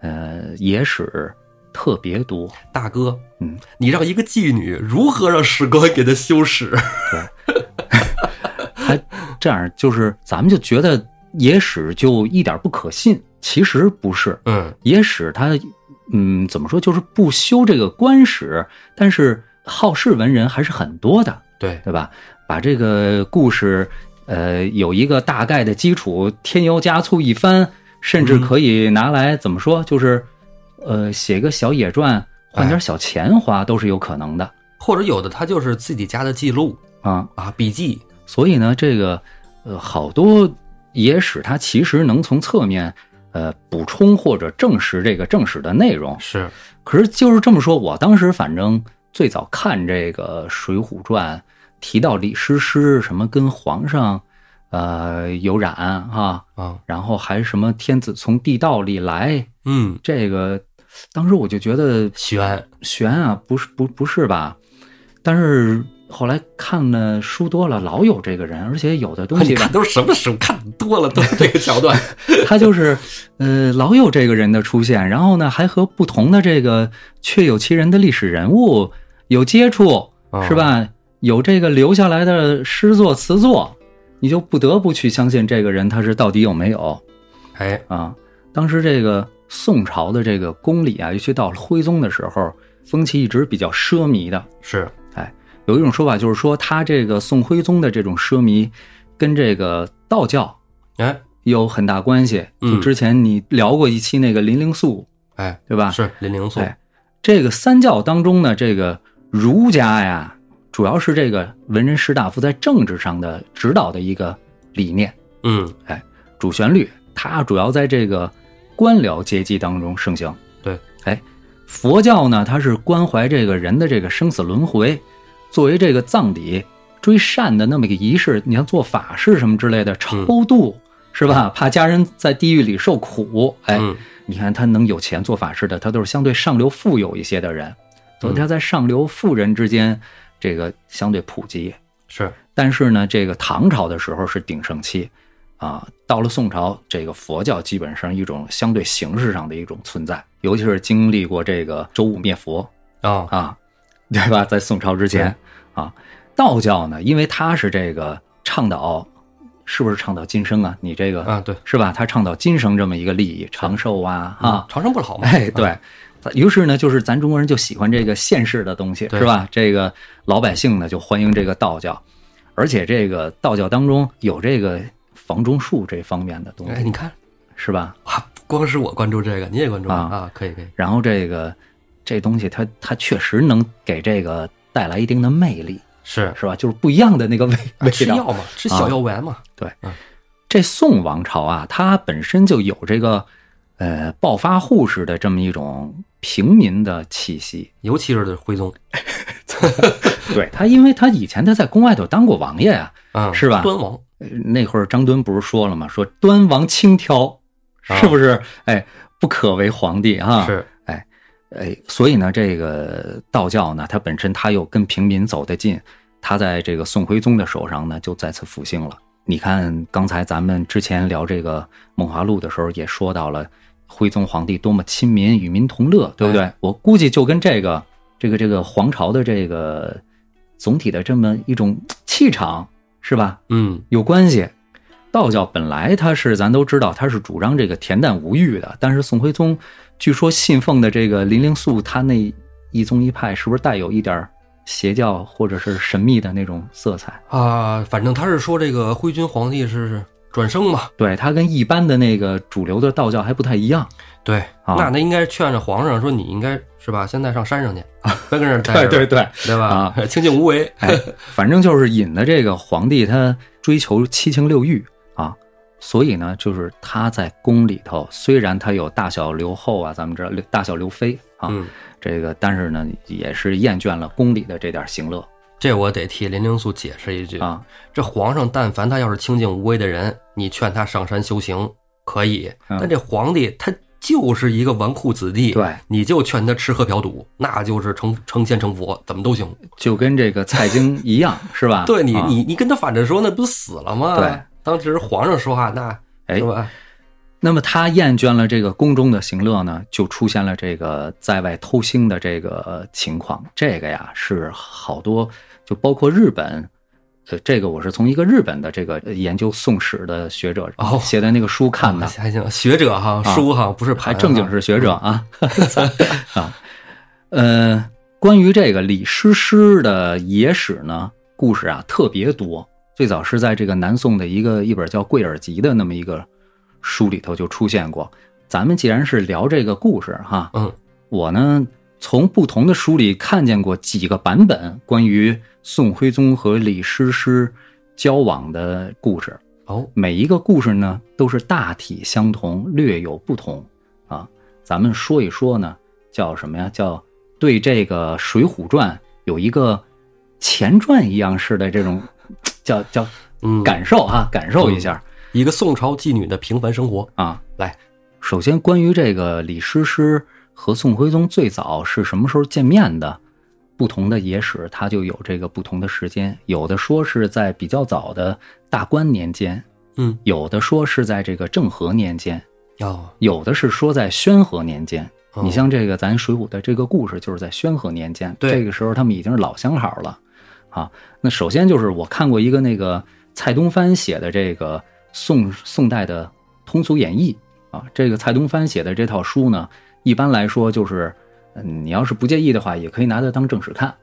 呃野史特别多。
大哥，
嗯，
你让一个妓女如何让史官给她修史？
嗯还这样，就是咱们就觉得野史就一点不可信，其实不是。
嗯，
野史他，嗯，怎么说，就是不修这个官史，但是好事文人还是很多的，
对，
对吧？把这个故事，呃，有一个大概的基础，添油加醋一番，甚至
嗯
可以拿来怎么说，就是，呃，写个小野传，换点小钱花都是有可能的
或者有的他就是自己家的记录
啊。
啊，笔记，
所以呢，这个呃，好多野史它其实能从侧面。呃，补充或者证实这个正史的内容，
是
可是就是这么说，我当时反正最早看这个《水浒传》，提到李师师什么跟皇上，呃有染啊，
啊，
然后还什么天子从地道里来，
嗯，
这个当时我就觉得
悬，
悬啊，不是不不是吧？但是后来看了书多了，老有这个人，而且有的 东
你
西
看
吧，
都是什么书？看多了都是这个桥段。
他就是呃老有这个人的出现，然后呢还和不同的这个确有其人的历史人物有接触。
哦
是？吧？有这个留下来的诗作词作，你就不得不去相信这个人他是到底有没有
哎，
啊？当时这个宋朝的这个宫里啊，尤其到了徽宗的时候，风气一直比较奢靡的。
是，
有一种说法就是说，他这个宋徽宗的这种奢靡，跟这个道教
哎
有很大关系。
嗯
就之前你聊过一期那个林灵素，
哎，
对吧？
是林灵素，
哎这个三教当中呢，这个儒家呀，主要是这个文人士大夫在政治上的指导的一个理念
嗯，
主旋律，它主要在这个官僚阶级当中盛行。
对，
哎，佛教呢，它是关怀这个人的这个生死轮回，作为这个葬礼追善的那么一个仪式，你像做法事什么之类的超
嗯
度。是吧？怕家人在地狱里受苦，哎，
嗯
你看他能有钱做法事的，他都是相对上流富有一些的人，
嗯
所以他在上流富人之间，这个相对普及。
是，
但是呢，这个唐朝的时候是鼎盛期，啊，到了宋朝，这个佛教基本上一种相对形式上的一种存在，尤其是经历过这个周武灭佛
啊，
啊， 对吧？在宋朝之前啊，道教呢，因为它是这个倡导，是不是倡导今生啊？你这个
啊对嗯
是吧？它倡导今生这么一个利益，长寿啊啊，
长生不老嘛，
哎，对。于是呢，就是咱中国人就喜欢这个现世的东西，
对
是吧？这个老百姓呢就欢迎这个道教，而且这个道教当中有这个房中术这方面的东
哎，
西，
你看，
是吧？
哇，不光是我关注这个，你也关注
啊
啊，可以可以，
然后这个这东西它它确实能给这个带来一定的魅力，
是
是吧？就是不一样的那个味
啊
味
吃
道
药。嘛，吃小药丸嘛，
这宋王朝啊，它本身就有这个呃暴发户式的这么一种平民的气息，
尤其是徽宗，
对他，因为他以前他在宫外头当过王爷啊，
啊，
是吧
端王，
呃那会儿张敦不是说了吗？说端王轻佻，
啊
是不是？哎，不可为皇帝啊。
是
哎，所以呢，这个道教呢，它本身它又跟平民走得近，它在这个宋徽宗的手上呢，就再次复兴了。你看，刚才咱们之前聊这个《梦华录》的时候，也说到了徽宗皇帝多么亲民，与民同乐，对不
哎
对？我估计就跟这个这个这个皇朝的这个总体的这么一种气场，是吧？
嗯
有关系。道教本来它是咱都知道，它是主张这个恬淡无欲的，但是宋徽宗据说信奉的这个林灵素，他那一宗一派是不是带有一点儿邪教或者是神秘的那种色彩？
啊，反正他是说这个徽君皇帝是转生嘛，
对，它跟一般的那个主流的道教还不太一样。
对，
啊
那那应该劝着皇上说你应该是吧，现在上山上去，别跟这儿待着，
对，
啊 对啊吧？清静无为，
哎，反正就是引的这个皇帝他追求七情六欲啊，所以呢，就是他在宫里头，虽然他有大小刘后啊，咱们知道大小刘妃啊，
嗯，
这个，但是呢，也是厌倦了宫里的这点行乐
这我得替林灵素解释一句，
啊。
这皇上但凡他要是清静无为的人，你劝他上山修行可以，
嗯
但这皇帝他就是一个纨绔子弟，
对，
你就劝他吃喝嫖赌，那就是成成仙成佛，怎么都行。
就跟这个蔡京一样，是吧？
对你，
啊
你你跟他反着说，那不死了吗？
对，
当时皇上说话，那
哎
是吧？
那么他厌倦了这个宫中的行乐呢，就出现了这个在外偷腥的这个呃情况。这个呀是好多，就包括日本，呃，这个我是从一个日本的这个呃研究宋史的学者
哦
写的那个书看的，
还啊行，学者哈，
啊
书哈，不是
还
盘哈
正经是学者啊啊，呃，关于这个李师师的野史呢，故事啊特别多。最早是在这个南宋的一个一本叫《贵尔集》的那么一个书里头就出现过。咱们既然是聊这个故事哈，
嗯，
我呢从不同的书里看见过几个版本关于宋徽宗和李师师交往的故事。
哦，
每一个故事呢都是大体相同，略有不同啊。咱们说一说呢，叫什么呀？叫对这个《水浒传》有一个前传一样式的这种叫叫
嗯，
感受啊，感受一下
一个宋朝妓女的平凡生活，
啊。
来，
首先，关于这个李师师和宋徽宗最早是什么时候见面的，不同的野史它就有这个不同的时间，有的说是在比较早的大观年间，
嗯，
有的说是在这个正和年间，
哦，
有的是说在宣和年间。
哦
你像这个咱《水浒》的这个故事，就是在宣和年间，
对
这个时候他们已经是老相好了，啊。那首先就是我看过一个那个蔡东藩写的这个宋宋代的通俗演义啊，这个蔡东藩写的这套书呢，一般来说就是，嗯，你要是不介意的话，也可以拿它当正史看。
啊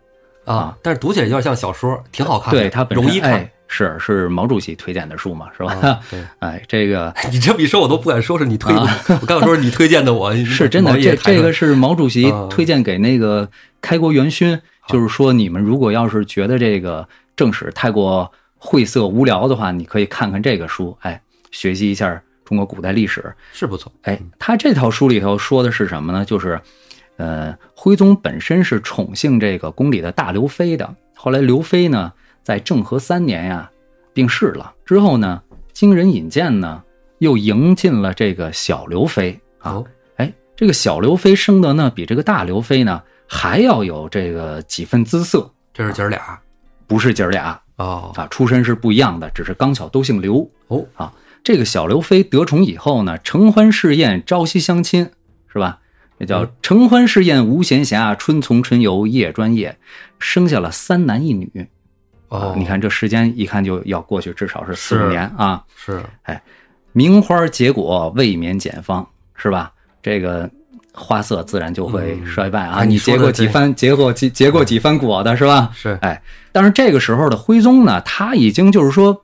啊，
但是读起来有点像小说，挺好看的，
对，它本身
啊容易看
哎。是是毛主席推荐的书嘛，是吧？
啊对
哎，这个
你这么一说，我都不敢说是你推的， 我刚想说是你推荐的 我，你
啊是真的，
嗯毛
这
爷抬
这
出来
个是毛主席
嗯
推荐给那个开国元勋，
啊
就是说你们如果要是觉得这个正史太过晦涩无聊的话，你可以看看这个书，哎，学习一下中国古代历史。
是不错，
哎，他这套书里头说的是什么呢？就是，呃，徽宗本身是宠幸这个宫里的大刘妃的，后来刘妃呢在政和三年呀病逝了，之后呢经人引荐呢又迎进了这个小刘妃啊。
哦
哎，这个小刘妃生的呢，比这个大刘妃呢还要有这个几分姿色，
这是姐儿俩
不是姐儿俩
哦
啊，出身是不一样的，只是刚巧都姓刘。
哦，
这个小刘妃得宠以后呢，承欢侍宴，朝夕相亲，是吧？这叫
嗯
承欢侍宴无闲暇，春从春游夜专夜，生下了三男一女。
哦
啊，你看这时间一看就要过去，至少是四
是
五年啊。
是
名花结果未免简芳，是吧？这个花色自然就会衰败
嗯
啊！
哎你
你
说
结
的
过几
对
番，结过几结过几番果的是吧？
是
哎，但是这个时候的徽宗呢，他已经就是说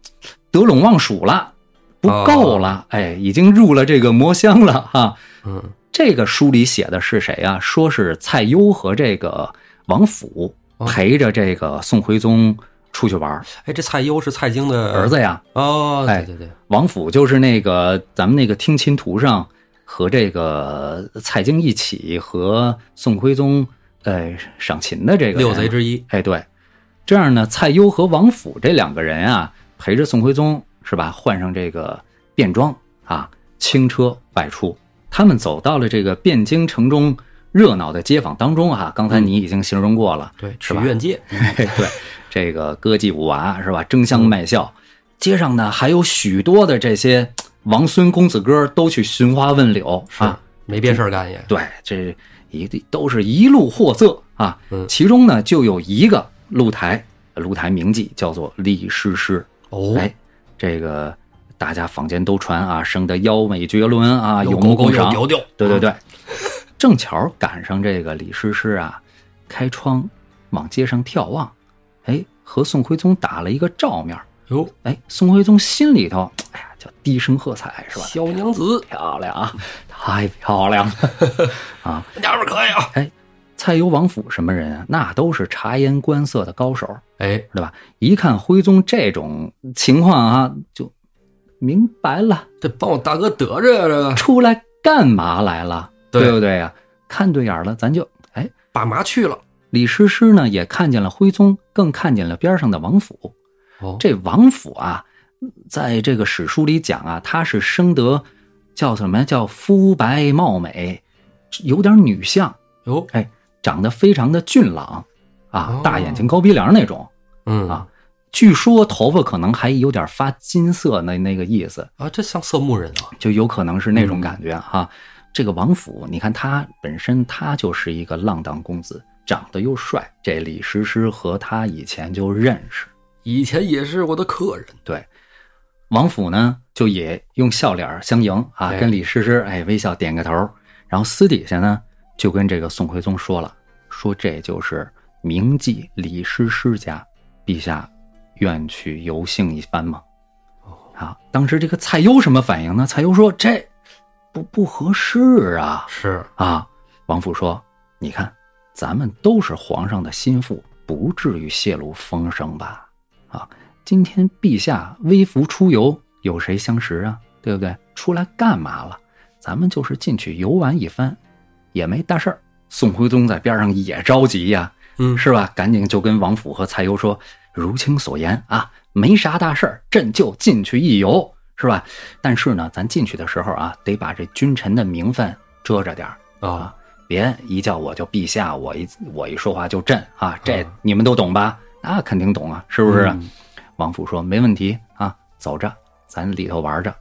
得陇望蜀了，不够
哦
了，哎，已经入了这个魔乡了哈、
嗯
这个书里写的是谁啊？说是蔡攸和这个王甫
哦
陪着这个宋徽宗出去玩儿，
哎，这蔡攸是蔡京的
儿子呀，
哦，
哎
对对对，
王府就是那个咱们那个听琴图上和这个蔡京一起和宋徽宗呃赏琴的这个人
六贼之一
哎对，这样呢，蔡攸和王府这两个人啊陪着宋徽宗是吧？换上这个便装啊，轻车外出。他们走到了这个汴京城中热闹的街坊当中啊，刚才
嗯
你已经形容过了，
对，
是
曲
吧啊
苑界，
对，这个歌妓舞娃是吧？争相卖笑，街上呢还有许多的这些王孙公子哥都去寻花问柳
是
啊。
没别事儿干也，
对，这一都是一路货色啊
嗯。
其中呢就有一个露台，露台名妓叫做李师师。
哦，
哎，这个大家坊间都传啊，生得妖美绝伦啊，
又
有
狗
目
狗
共
又
赏。
丢丢，
对对
啊，
对， 正巧赶上这个李师师啊，开窗往街上眺望，哎，和宋徽宗打了一个照面儿。
哟，
哎，宋徽宗心里头，哎呀，叫低声喝彩是吧？
小娘子，
漂亮啊，太漂亮了 啊！
娘们儿可以啊，
蔡攸王府什么人啊？那都是察言观色的高手，
哎，
对吧？一看徽宗这种情况啊，就明白了，
这帮我大哥得着呀，这个
出来干嘛来了？
对
不对呀、看对眼儿了，咱就哎，
把麻去了，
李师师呢也看见了徽宗，更看见了边上的王府。
哦，
这王府啊，在这个史书里讲啊，他是生得叫什么呀？叫肤白貌美，有点女相，
哟，
长得非常的俊朗啊
哦，
大眼睛、高鼻梁那种。
嗯
啊据说头发可能还有点发金色那那个意思，
啊，这像色目人啊，
就有可能是那种感觉哈、这个王府，你看他本身他就是一个浪荡公子，长得又帅，这李师师和他以前就认识。
以前也是我的客人，
对，王府呢就也用笑脸儿相迎啊，
对
跟李师师哎微笑点个头儿，然后私底下呢就跟这个宋徽宗说了，说这就是名妓李师师家，陛下愿去游幸一番吗？啊，当时这个蔡攸什么反应呢？蔡攸说这不不合适啊
是，
啊！王府说，你看咱们都是皇上的心腹，不至于泄露风声吧？啊今天陛下微服出游，有谁相识啊？对不对？出来干嘛了？咱们就是进去游玩一番，也没大事儿。宋徽宗在边上也着急呀、
嗯，
是吧？赶紧就跟王府和蔡攸说：“如卿所言啊，没啥大事儿，朕就进去一游，是吧？但是呢，咱进去的时候啊，得把这君臣的名分遮着点儿，
啊，
别一叫我就陛下，我一我一说话就朕啊，这你们都懂吧？那肯定懂啊，是不是？
嗯
王府说没问题啊，走着，咱里头玩着。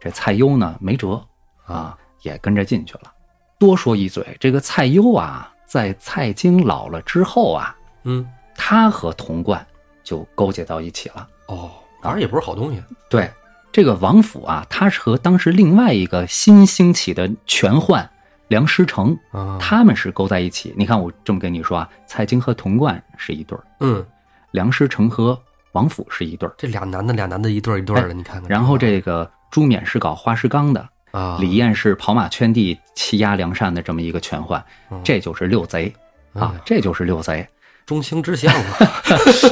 这蔡攸呢没辙啊，也跟着进去了。多说一嘴，这个蔡攸啊，在蔡京老了之后啊，
嗯，
他和童贯就勾结到一起了。
哦，反正也不是好东西，
对，这个王府啊，他是和当时另外一个新兴起的权宦梁师成
啊，
他们是勾在一起。你看，我这么跟你说啊，蔡京和童贯是一对儿，
嗯，
梁师成和王府是一对儿，
这俩男的俩男的一对儿一对儿的，你看看，
哎然后这个朱冕是搞花石纲的，
嗯啊，
李艳是跑马圈地欺压良善的这么一个权宦，
嗯
这就是六贼啊
哎，
这就是六贼。
中兴之相啊，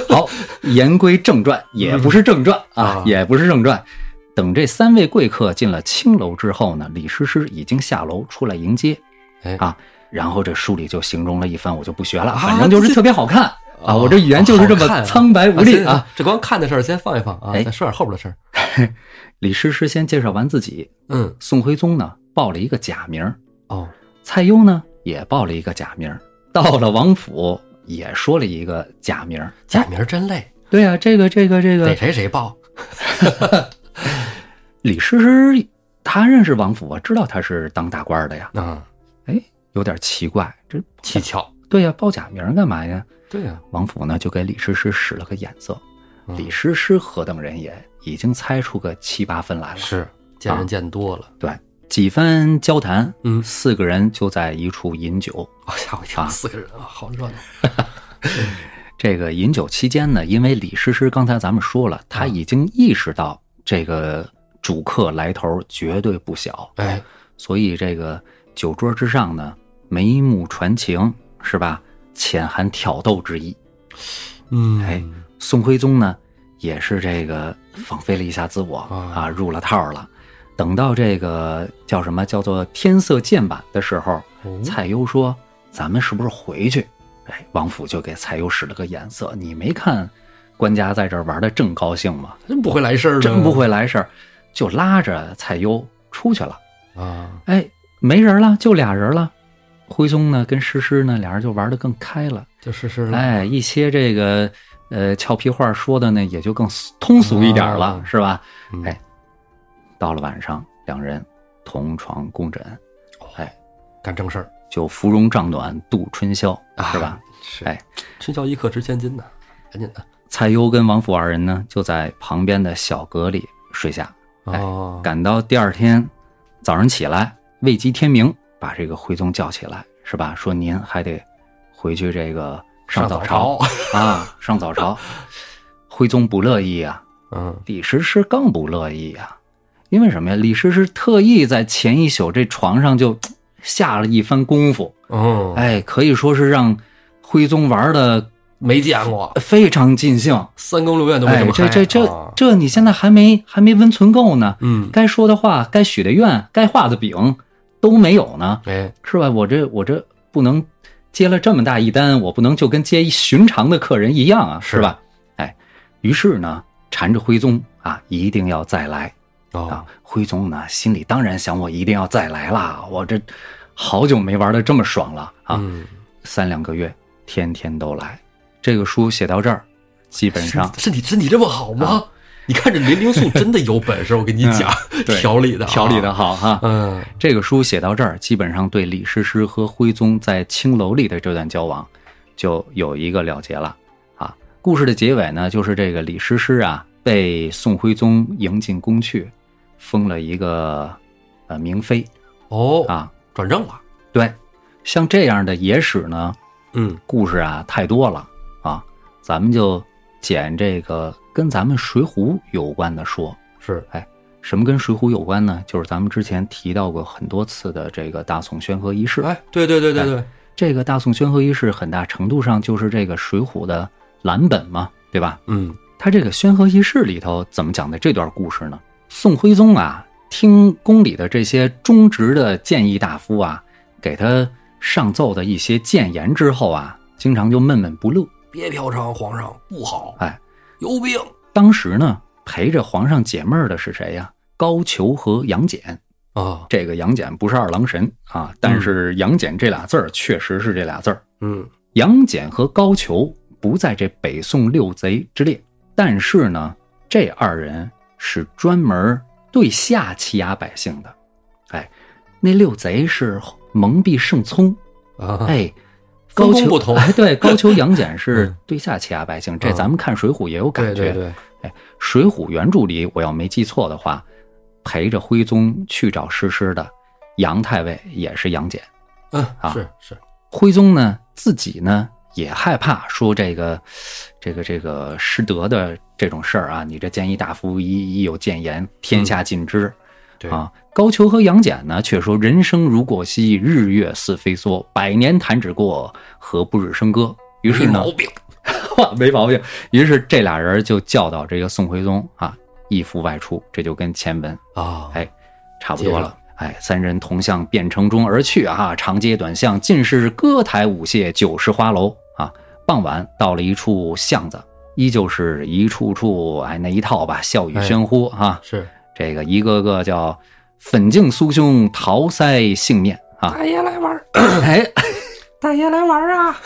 好，言归正传，也不是正传啊
啊，
也不是正传。等这三位贵客进了青楼之后呢，李师师已经下楼出来迎接，
哎
啊，然后这书里就形容了一番，我就不学了，
啊
反正就是
这
特别好看 啊，
啊
我这语言就是这么
好看啊
苍白无力
啊
啊。，
这这光看的事儿先放一放啊，
哎
再说点后边的事儿，
李师师先介绍完自己，
嗯，
宋徽宗呢报了一个假名儿，
哦，
蔡攸呢也报了一个假名儿，到了王府也说了一个假名儿。
假名儿真累，
哎对啊，这个这个这
逮
个，
谁谁报，
李师师他认识王府啊，知道他是当大官的呀，
啊，
有点奇怪，这
蹊 跷，
对呀、报假名儿干嘛呀？
对呀，
王府呢就给李师师使了个眼色，
嗯
李师师何等人也，已经猜出个七八分来了。
是见
啊
人见多了，
对，几番交谈，
嗯
四个人就在一处饮酒。
哦，吓我一跳，
啊哎
四个人啊，好热闹，
这个饮酒期间呢，因为李师师刚才咱们说了，
嗯
他已经意识到这个主客来头绝对不小，
哎，
所以这个酒桌之上呢，眉目传情是吧？潜含挑逗之意。
嗯，
哎，宋徽宗呢，也是这个放飞了一下自我
啊
啊，入了套了。等到这个叫什么叫做天色渐晚的时候，
哦
蔡攸说：“咱们是不是回去？”哎，王府就给蔡攸使了个眼色，你没看官家在这儿玩的正高兴嘛，
真不会来事儿呢，
真不会来事儿，就拉着蔡攸出去了。
啊！
哎，没人了，就俩人了。徽宗呢跟诗诗呢，俩人就玩的更开了。
就是是了，
哎，一些这个呃俏皮话说的呢，也就更通俗一点了，
啊
是吧？
嗯
哎到了晚上，两人同床共枕，哎，
哦干正事儿
就芙蓉帐暖度春宵，
啊
是吧？？
是，
哎，
春宵一刻值千金呐，赶紧的
蔡攸跟王府二人呢，就在旁边的小阁里睡下。哎
哦，
赶到第二天早上起来，未及天明，把这个徽宗叫起来，是吧？说您还得回去这个上
早
早朝 啊，上早朝。徽宗不乐意啊，
嗯，
李师师更不乐意啊，因为什么呀？李师师特意在前一宿这床上就下了一番功夫，
哦，
哎，可以说是让徽宗玩的
没见过
非常尽兴。
三更六院都没
哎
这，么
这
嗨
这这
啊
这，你现在还没还没温存够呢，
嗯，
该说的话、该许的愿、该画的饼都没有呢，
哎，
是吧？我这我这不能接了这么大一单，我不能就跟接一寻常的客人一样啊，
是
是吧？哎，于是呢，缠着徽宗啊，一定要再来啊
哦，。
徽宗呢，心里当然想，我一定要再来啦，我这好久没玩的这么爽了啊，
嗯，
三两个月，天天都来。这个书写到这儿，基本上啊
身体身体这么好吗？你看这林灵素真的有本事，我跟你讲，
嗯对
调理的啊
条理的，好哈、
嗯，
这个书写到这儿，基本上对李师师和徽宗在青楼里的这段交往就有一个了结了啊。故事的结尾呢，就是这个李师师啊被宋徽宗迎进宫去，封了一个呃明妃
哦，
啊。
转正了，
对，像这样的野史呢，
嗯，
故事啊太多了啊，咱们就捡这个跟咱们《水浒》有关的说。
是，
什么跟《水浒》有关呢？就是咱们之前提到过很多次的这个大宋宣和仪式。
哎，对对对对对，
这个大宋宣和仪式很大程度上就是这个《水浒》的蓝本嘛，对吧？
嗯，
它这个宣和仪式里头怎么讲的这段故事呢？宋徽宗啊，听宫里的这些忠直的谏议大夫啊，给他上奏的一些谏言之后啊，经常就闷闷不乐。
别嫖娼，皇上不好，
哎，
有病，
当时呢，陪着皇上解闷儿的是谁呀、高俅和杨戬。
啊，
这个杨戬不是二郎神啊，但是杨戬这俩字儿确实是这俩字儿。
嗯，
杨戬和高俅不在这北宋六贼之列，但是呢，这二人是专门对下欺压百姓的。哎，那六贼是蒙蔽圣聪，
啊，
哎，
分
高
工
俅
不同
哎，对，高俅、杨戬是
嗯
对下欺压百姓，这
嗯
咱们看《水浒》也有感
对
觉。
对对，
水浒》原著里，我要没记错的话，陪着徽宗去找诗诗的杨太尉也是杨戬。
嗯，
啊
是是，
徽宗呢，自己呢也害怕说这个，这个这个失德的这种事儿啊，你这谏议大夫一一有谏言，天下尽知、
嗯对，
啊。高俅和杨戬呢，却说人生如过隙，日月似飞梭，百年弹指过，何不日笙歌？于是
没
呢
毛，病，
没毛病。于是这俩人就教导这个宋徽宗啊，义父外出，这就跟前文
啊，
哎差不
接
多
着
了。哎，三人同向汴城中而去啊，长街短巷尽是歌台舞榭，酒市花楼啊。傍晚到了一处巷子，依旧是一处处哎那一套吧，笑语
哎
喧呼啊。
是，
这个一个个叫粉颈酥胸，桃腮杏面 啊。
大爷来玩儿，
哎，
大爷来玩儿啊，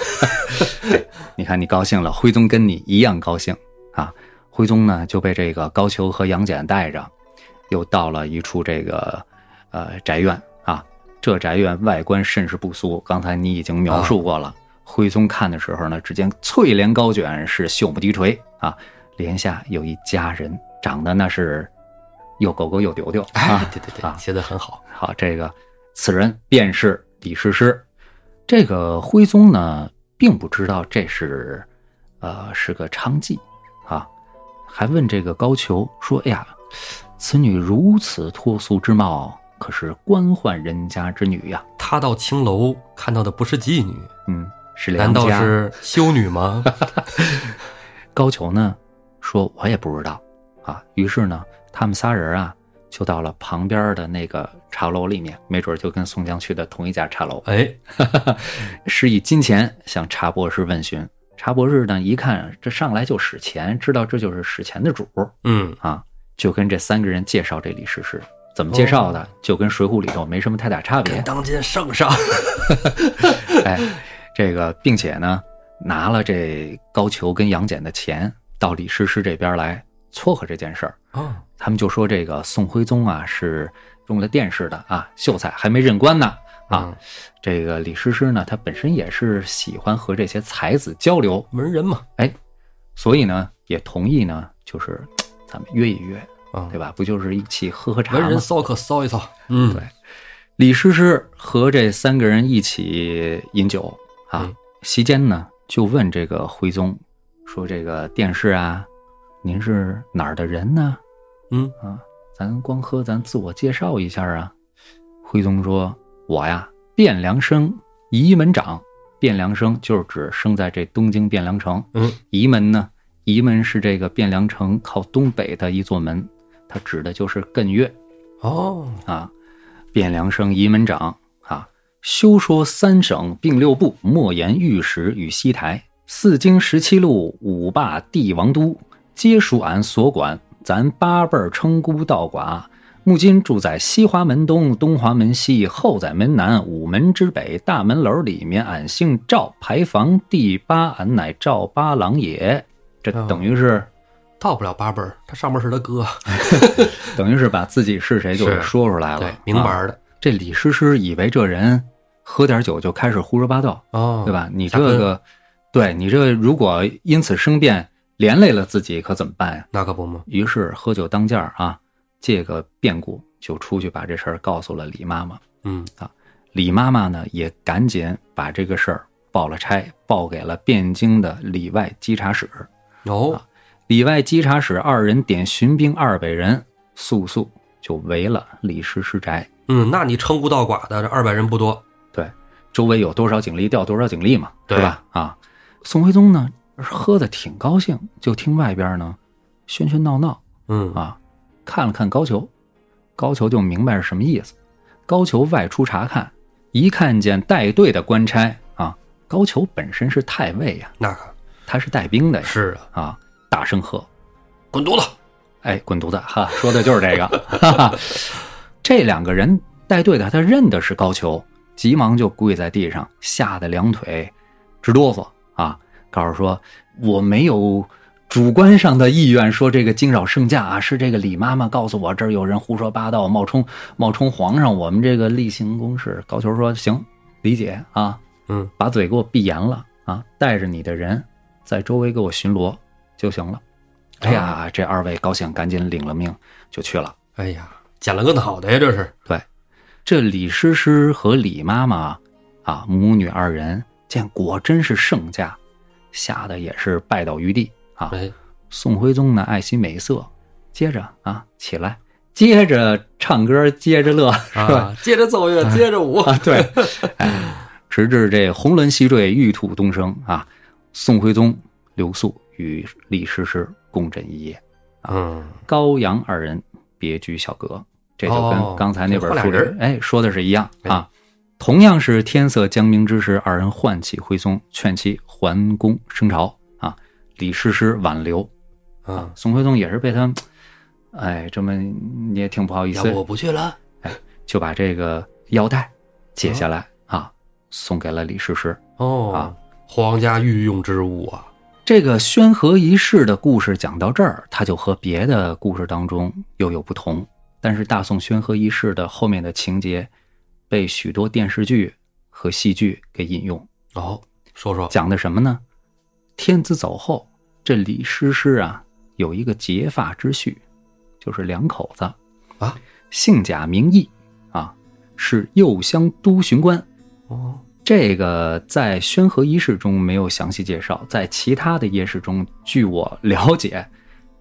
你看你高兴了，徽宗跟你一样高兴啊。徽宗呢就被这个高俅和杨戬带着，又到了一处这个呃宅院啊。这宅院外观甚是不俗，刚才你已经描述过
啊
了。徽宗看的时候呢，只见翠帘高卷，是秀目低垂啊，帘下有一佳人，长得那是又狗狗又丢丢啊
哎，，对对对，
啊
写的很好，
好，这个此人便是李师师。这个徽宗呢，并不知道这是，呃，是个娼妓啊，还问这个高俅说：“哎呀，此女如此脱俗之貌，可是官宦人家之女呀。
他到青楼看到的不是妓女，”
嗯，是
难
良家。
道是修女 吗？
高俅呢，说我也不知道啊。于是呢，他们仨人啊，就到了旁边的那个茶楼里面，没准就跟宋江去的同一家茶楼。
哎，
施以金钱向查博士问询。查博士呢一看这上来就史前，知道这就是史前的主儿
嗯
啊，就跟这三个人介绍这李师师。怎么介绍的？就跟《水浒》里头没什么太大差别
跟。当今圣上，
哎，这个，并且呢，拿了这高俅跟杨戬的钱到李师师这边来撮合这件事儿。
啊，
他们就说这个宋徽宗啊是中了殿试的啊，秀才还没任官呢啊。
嗯
这个李师师呢，他本身也是喜欢和这些才子交流，
文人嘛，
哎，所以呢也同意呢，就是嘖咱们约一约，
啊
对，吧？不就是一起喝喝嗯茶
文人
吗？
骚客骚一骚，嗯
对，李师师和这三个人一起饮酒啊
嗯，
席间呢就问这个徽宗说：“这个殿试啊，您是哪儿的人呢？”
嗯
啊，咱光喝，咱自我介绍一下啊。徽宗说：“我呀，汴梁生，仪门长。汴梁生就是指生在这东京汴梁城。
嗯，
仪门呢，仪门是这个汴梁城靠东北的一座门，它指的就是艮岳
哦，
啊。汴梁生，仪门长啊，修说三省并六部，莫言玉石与西台，四经十七路，五霸帝王都，皆属俺所管。咱八辈儿称孤道寡，目今住在西华门东、东华门西、后宰门南、午门之北、大门楼里面。俺姓赵，牌坊第八，俺乃赵八郎也。这
哦
等于是，
到不了八辈儿，他上辈儿是他哥，
等于是把自己是谁就给
是
说出来了，
对，明白
啊
儿的
这李师师以为这人喝点酒就开始胡说八道，
哦，
啊对？吧？你
瞎
这个，对你这如果因此生变，连累了自己，可怎么办呀？
那可不嘛，
于是喝酒当家儿啊，借个变故就出去把这事儿告诉了李妈妈。
嗯
啊李妈妈呢也赶紧把这个事儿报了差，报给了汴京的里外稽查使。
哦，
里外稽查使二人点巡兵二百人，速速就围了李师师宅。
嗯，那你称孤道寡的这二百人不多，
对，周围有多少警力调多少警力嘛，
对
是吧？啊，宋徽宗呢喝的挺高兴，就听外边呢喧喧闹闹
嗯
啊，看了看高俅，高俅就明白是什么意思。高俅外出查看，一看见带队的官差啊，高俅本身是太尉呀、
那可
他是带兵的呀，
是啊，
啊，大声喝
滚犊子，：“
哎，滚犊子！”哈，说的就是这个。 哈哈，这两个人带队的，他认的是高俅，急忙就跪在地上，吓得两腿直哆嗦啊！告诉说：“我没有主观上的意愿，说这个惊扰圣驾啊，是这个李妈妈告诉我这儿有人胡说八道，冒充冒充皇上，我们这个例行公事。”高俅说：“行，理解啊，
嗯，
把嘴给我闭严了啊，带着你的人在周围给我巡逻就行了。哎呀，这二位高兴，赶紧领了命就去了。
哎呀，捡了个脑袋呀，这是，
对，这李师师和李妈妈啊，母女二人见果真是圣驾，吓得也是拜倒于地啊。
哎，
宋徽宗呢爱惜美色，接着啊起来，接着唱歌，接着乐，是吧？
啊，接着奏乐，接着舞，
啊，对， 哎，直至这红鸾西坠，玉兔东升啊，宋徽宗、刘肃与李师师共枕一夜，
嗯，
高阳二人别居小阁，这就
哦
跟刚才那本书
这换俩
里
人
哎说的是一样啊。同样是天色将明之时，二人唤起徽宗，劝其还宫升朝啊。李师师挽留，
啊，
宋徽宗也是被他们，哎，这么你也挺不好意
要
思
不，我不去了，
就把这个腰带解下来啊，送给了李师师。
哦
啊，
皇家御用之物啊，
这个宣和仪式的故事讲到这儿，它就和别的故事当中又有不同。但是大宋宣和仪式的后面的情节，被许多电视剧和戏剧给引用，
哦，说说，
讲的什么呢？天子走后，这李师师啊有一个结发之婿，就是两口子
啊，
姓贾名义啊，是右乡都巡官。
哦，
这个在宣和仪式中没有详细介绍，在其他的夜市中，据我了解，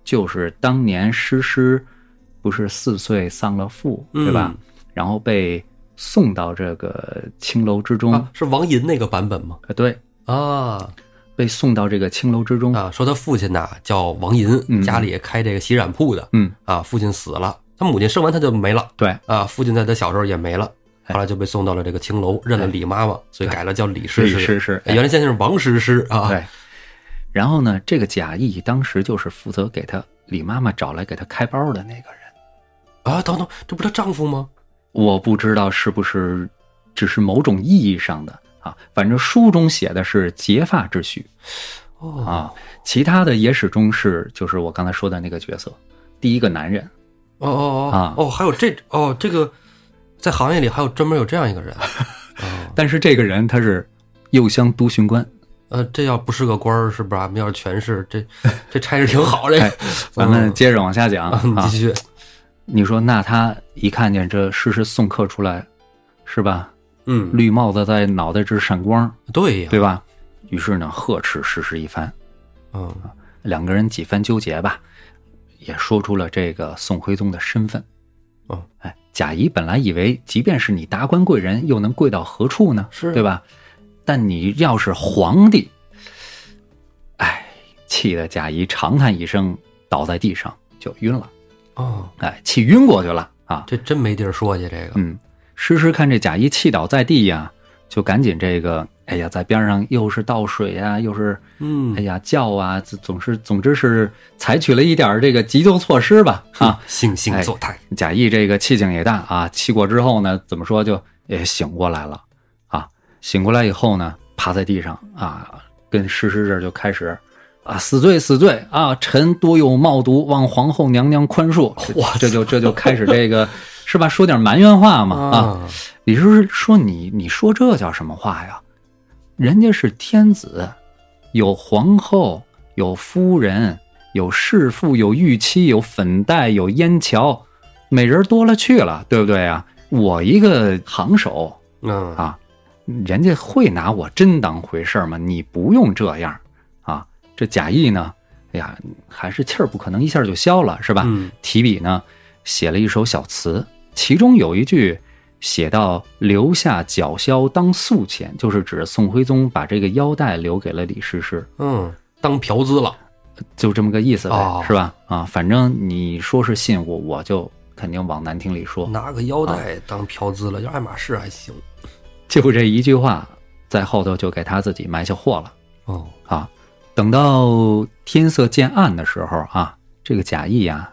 就是当年诗诗不是四岁丧了父，对
嗯
吧？然后被送到这个青楼之中，
啊，是王银那个版本吗？
呃，对，
啊
被送到这个青楼之中。
啊，说他父亲呐叫王银，
嗯
家里开这个洗染铺的，
嗯，
啊，父亲死了，他母亲生完他就没了。
对，
啊，父亲在他小时候也没了，
哎
后来就被送到哎了这个青楼，认了李妈妈，所以改了叫李师
李
师。
师师，
哎原来先生是王师师啊，
对，然后呢，这个贾谊当时就是负责给他李妈妈找来给他开包的那个人。
啊，等等，这不她丈夫吗？
我不知道是不是只是某种意义上的啊，反正书中写的是结发之许
哦，
啊，其他的也始终是就是我刚才说的那个角色，第一个男人。
哦哦哦、
啊
哦，还有这哦，这个在行业里还有专门有这样一个人，哦，
但是这个人他是右乡都巡官，
呃，这要不是个官儿，是吧？要是全是 这这差事挺好，这
哎
个
咱们接着往下讲
啊，你
啊
继。续，
你说那他一看见这诗诗送客出来，是吧？
嗯，
绿帽子在脑袋直闪光，
对呀，
对吧？于是呢，呵斥诗诗一番，
嗯
两个人几番纠结吧，也说出了这个宋徽宗的身份。
哦，
哎，贾谊本来以为，即便是你达官贵人，又能贵到何处呢？
是
对吧？但你要是皇帝，哎，气得贾谊长叹一声，倒在地上就晕了，
哦，
哎，气晕过去了啊。
这真没地儿说去，这个
嗯，诗诗看这贾谊气倒在地呀，就赶紧这个，哎呀，在边上又是倒水呀、又是
嗯
哎呀叫啊，总总是总之是采取了一点儿这个急救措施吧
嗯
啊。
惺
哎
惺作态，
贾谊这个气性也大啊，气过之后呢，怎么说就也醒过来了啊。醒过来以后呢，趴在地上啊，跟诗诗这儿就开始啊，死罪死罪啊，臣多有冒毒，望皇后娘娘宽恕。
哇
这就这就开始这个是吧？说点埋怨话嘛啊。
啊，
李叔叔说你你说这叫什么话呀？人家是天子，有皇后，有夫人，有侍妇，有玉妻，有粉黛，有烟乔，美人多了去了，对不对啊？我一个行首，
嗯
啊人家会拿我真当回事儿吗？你不用这样啊。这贾谊呢，哎呀，还是气儿不可能一下就消了，是吧？
嗯
提笔呢写了一首小词，其中有一句写到“留下脚枭当宿钱”，就是指宋徽宗把这个腰带留给了李师师，
嗯，当嫖资了，
就这么个意思呗，
哦
是吧？啊，反正你说是信我，我就肯定往难听里说。
拿个腰
啊
带当嫖资了，要爱马仕还行
就这一句话，在后头就给他自己埋下祸了。
哦，
啊，等到天色渐暗的时候啊，这个贾谊呀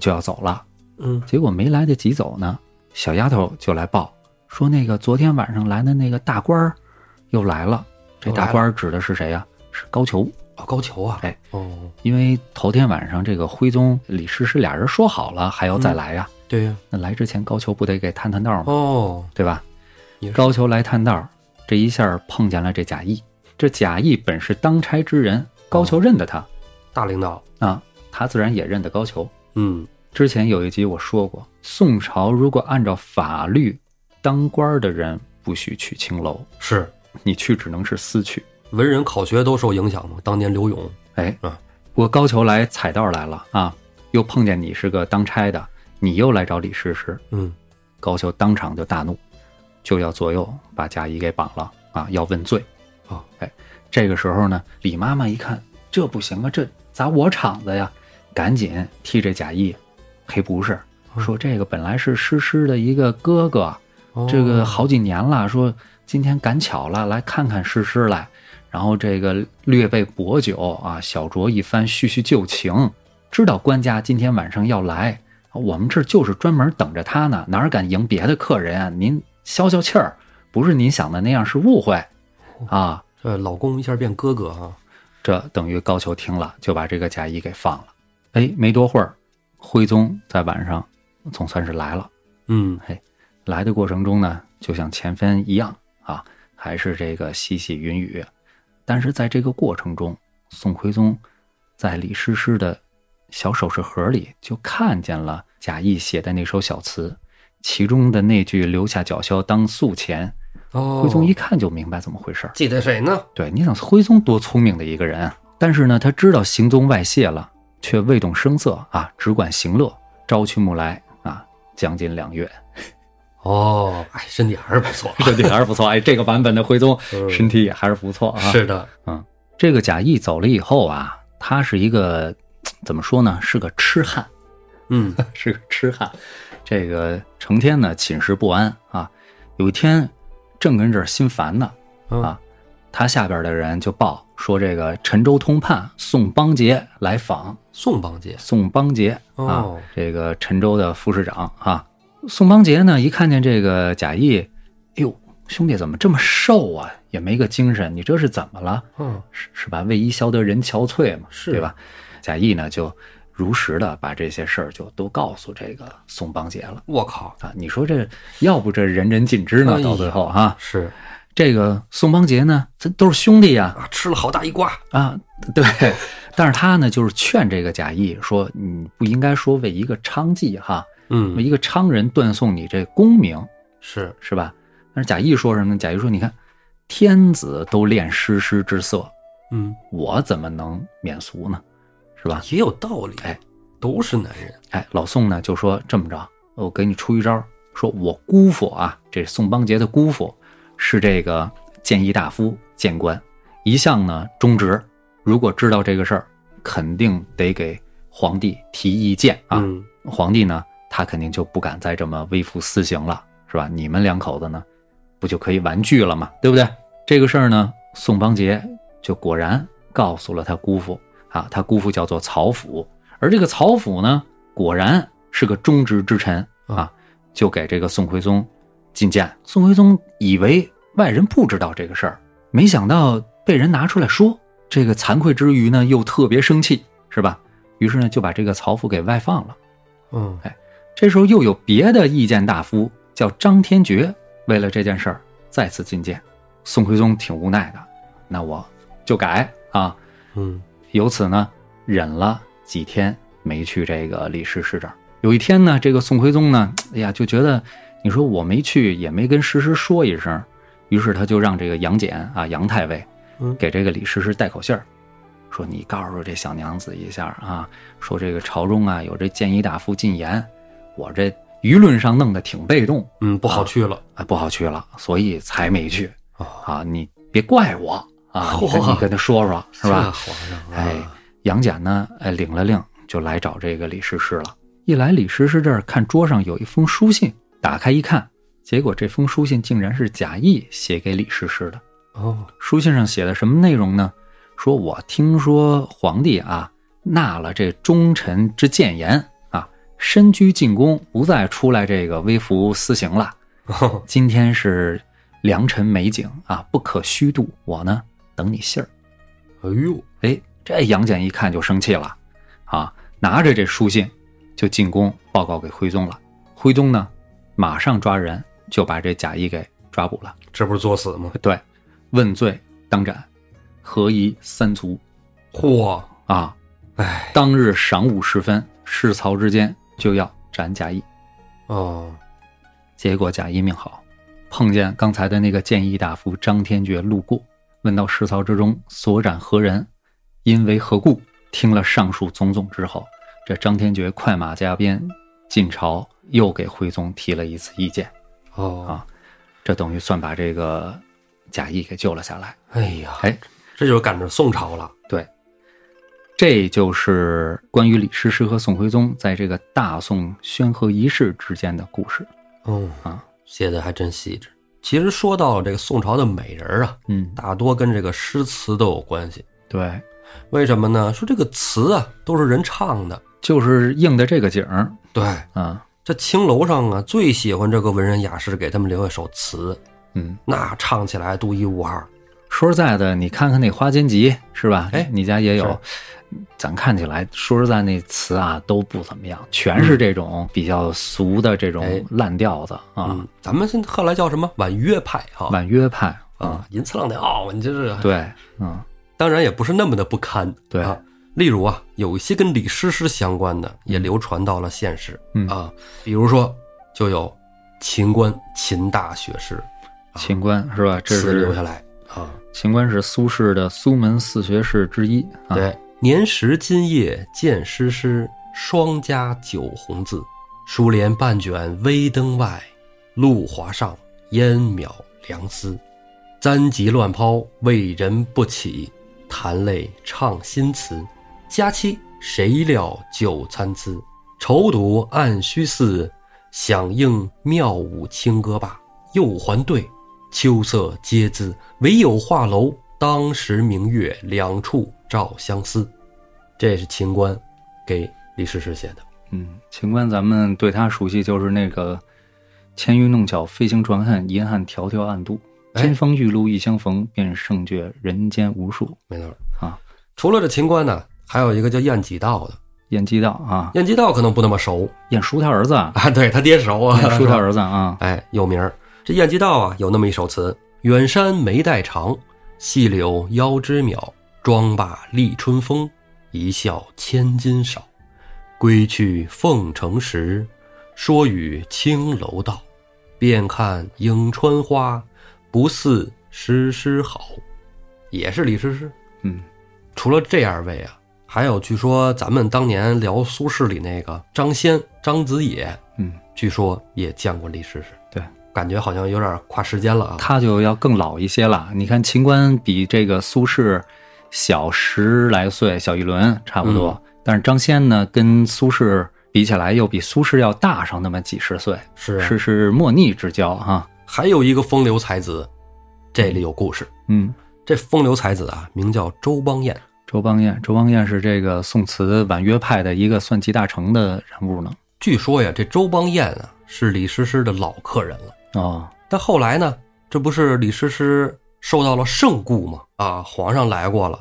就要走了。
嗯
结果没来得及走呢，小丫头就来报说，那个昨天晚上来的那个大官儿又来了。这大官儿指的是谁呀、是高俅。
啊，高俅啊，
哎
哦，
因为头天晚上这个徽宗、李师师俩人说好了还要再来呀、
对呀，
那来之前高俅不得给探探道吗？
哦，
对吧
也？是
高俅来探道，这一下碰见了这贾谊。这贾谊本是当差之人，高俅认得他。
大领导，
啊，他自然也认得高俅。
嗯
之前有一集我说过，宋朝如果按照法律，当官儿的人不许去青楼，
是。
你去只能是私去。
文人考学都受影响嘛。当年刘永，
哎
啊，
我高俅来踩道儿来了啊，又碰见你是个当差的，你又来找李师师，
嗯，
高俅当场就大怒，就要左右把贾谊给绑了啊，要问罪。
哦，
哎，这个时候呢，李妈妈一看这不行啊，这砸我场子呀，赶紧替这贾谊赔不是，说这个本来是诗诗的一个哥啊哥，
哦
这个好几年了，说今天赶巧了，来看看诗诗来。然后这个略备薄酒啊，小酌一番，叙叙旧情。知道官家今天晚上要来，我们这儿就是专门等着他呢，哪儿敢迎别的客人啊？您消消气儿，不是您想的那样，是误会啊。
这老公一下变哥哥啊，
这等于高俅听了，就把这个贾谊给放了。哎，没多会儿，徽宗在晚上总算是来了。
嗯
来的过程中呢，就像前番一样啊，还是这个细细云雨。但是在这个过程中，宋徽宗在李师师的小首饰盒里就看见了贾谊写的那首小词，其中的那句“留下脚枭当宿钱”，
哦，
徽宗一看就明白怎么回事儿。
记得谁呢？
对，你想徽宗多聪明的一个人啊，但是呢，他知道行踪外泄了，却未动声色啊，只管行乐，朝去暮来啊，将近两月。，
哦，哎，身体还是不错
身体还是不错。哎，这个版本的徽宗
嗯
身体也还是不错啊。
是的，
这个贾谊走了以后啊，他是一个嘖怎么说呢？是个痴汉，
嗯，
是个痴汉。这个成天呢寝食不安啊。有一天正跟这儿心烦呢，
嗯
啊，他下边的人就报说这个陈州通判宋邦杰来访，
宋邦杰
宋邦杰啊
哦，
这个陈州的副市长啊。宋邦杰呢，一看见这个贾谊，哎呦，兄弟怎么这么瘦啊？也没个精神，你这是怎么了？
嗯
是是吧？为伊消得人憔悴嘛，
是
对吧？贾谊呢就如实的把这些事儿就都告诉这个宋邦杰了
我靠，
啊。你说这要不这人人尽知呢？
哎呀
到最后啊，
是
这个宋邦杰呢，这都是兄弟呀
啊，吃了好大一瓜，
啊，对。但是他呢，就是劝这个贾谊说，你不应该说为一个娼妓哈，为
嗯，
一个娼人断送你这功名，
是
是吧？但是贾谊说什么呢？贾谊说，你看，天子都恋诗诗之色，
嗯，
我怎么能免俗呢？是吧？
也有道理，
哎，
都是男人，
哎，老宋呢就说这么着，我给你出一招，说我姑父啊，这宋邦杰的姑父是这个谏议大夫、谏官，一向呢忠直，如果知道这个事儿，肯定得给皇帝提意见啊。
嗯
皇帝呢，他肯定就不敢再这么微服私行了，是吧？你们两口子呢，不就可以玩具了吗？对不对？这个事儿呢，宋邦杰就果然告诉了他姑父啊，他姑父叫做曹府，而这个曹府呢，果然是个忠直之臣啊，就给这个宋徽宗进谏。宋徽宗以为外人不知道这个事儿，没想到被人拿出来说，这个惭愧之余呢，又特别生气，是吧？于是呢，就把这个曹府给外放了。
嗯
这时候又有别的意见大夫叫张天觉，为了这件事儿再次进谏。宋徽宗挺无奈的，那我就改啊。
嗯，
由此呢，忍了几天没去这个李师师这儿。有一天呢，这个宋徽宗呢，哎呀，就觉得你说我没去，也没跟师师说一声，于是他就让这个杨戬啊，杨太尉
嗯，
给这个李师师带口信儿，说你告诉这小娘子一下啊，说这个朝中啊有这谏议大夫进言，我这舆论上弄得挺被动
嗯，不好去了，
啊，不好去了，所以才没去
哦，
啊，你别怪我啊，你跟
嚯
你跟他说说是
这
吧？
皇上，
哎，，杨戬呢，哎，领了令就来找这个李师师了。一来李师师这儿看桌上有一封书信，打开一看，结果这封书信竟然是贾谊写给李师师的。
哦，
书信上写的什么内容呢？说我听说皇帝啊纳了这忠臣之谏言啊，身居进宫，不再出来这个微服私行了。今天是良辰美景啊，不可虚度。我呢等你信儿。
哎呦，
哎，这杨戬一看就生气了，啊，拿着这书信就进宫报告给徽宗了。徽宗呢，马上抓人，就把这贾谊给抓捕了。
这不是作死吗？
对，问罪当斩，合一三族
嚯，
啊！
哎，
当日晌午时分，市曹之间就要斩贾谊。
哦，
结果贾谊命好，碰见刚才的那个谏议大夫张天觉路过，问到世曹之中所斩何人，因为何故？听了上述种种之后，这张天觉快马加鞭进朝，又给徽宗提了一次意见，
哦
啊，这等于算把这个贾谊给救了下来。
哎呀，
哎，
这就是赶着宋朝了，
对，这就是关于李师师和宋徽宗在这个大宋宣和仪式之间的故事。
嗯
啊，
写的还真细致。其实说到这个宋朝的美人啊，
嗯，
大多跟这个诗词都有关系。
对，
为什么呢？说这个词啊都是人唱的。
就是应的这个景儿
对，
啊，
这青楼上啊最喜欢这个文人雅士给他们留一首词，
嗯。
那唱起来独一无二。
说实在的，你看看那花间集是吧？
哎
你家也有。咱看起来，说实在，那词啊都不怎么样，全是这种比较俗的这
哎
种烂调子啊
嗯，，咱们现在后来叫什么婉约派哈
婉约派啊
啊，，银次郎得傲，你这是，
对，嗯，
当然也不是那么的不堪。
对
啊，例如啊，有一些跟李师师相关的也流传到了现实
嗯
啊，比如说就有秦观秦大学士
秦观是吧？这
词留下
是
来啊，
秦观是苏轼的苏门四学士之一啊。
对，年时今夜见诗诗，双加九红字。书帘半卷微灯外，露华上烟渺凉丝。簪髻乱抛为人不起，弹泪唱新词。佳期谁料酒参差，愁独暗虚似，响应妙舞清歌罢。又还对，秋色皆姿，唯有画楼当时明月两处照相思。这是秦观给李师师写的。
嗯，秦观咱们对他熟悉就是那个“纤玉弄巧，飞星传恨，银汉迢迢暗度。
哎
金风玉露一相逢，便胜却人间无数
没错儿
啊。
除了这秦观呢，还有一个叫晏几道的。”。
晏几道啊，
晏几道可能不那么熟
晏叔他儿子啊，
啊，对他爹熟 啊，
晏叔
是
他
吧
儿子啊，
哎，有名儿。这晏几道啊，有那么一首词：“远山眉带长，细柳腰枝渺。妆罢立春风，一笑千金少。归去凤城时，说与青楼道。便看颍川花，不似诗诗好。”也是李师师。
嗯，
除了这二位啊，还有据说咱们当年聊苏轼里那个张先、张子野，
嗯，
据说也见过李师师。
对，
感觉好像有点跨时间了啊。
他就要更老一些了。你看秦观比这个苏轼小十来岁，小一轮差不多。
嗯
但是张先呢，跟苏轼比起来，又比苏轼要大上那么几十岁，
是
是是莫逆之交哈、啊。
还有一个风流才子，这里有故事。
嗯，
这风流才子啊，名叫周邦彦。
周邦彦，周邦彦是这个宋词婉约派的一个算集大成的人物呢。
据说呀，这周邦彦啊是李师师的老客人了。
哦，
但后来呢，这不是李师师受到了圣顾吗？啊，皇上来过了，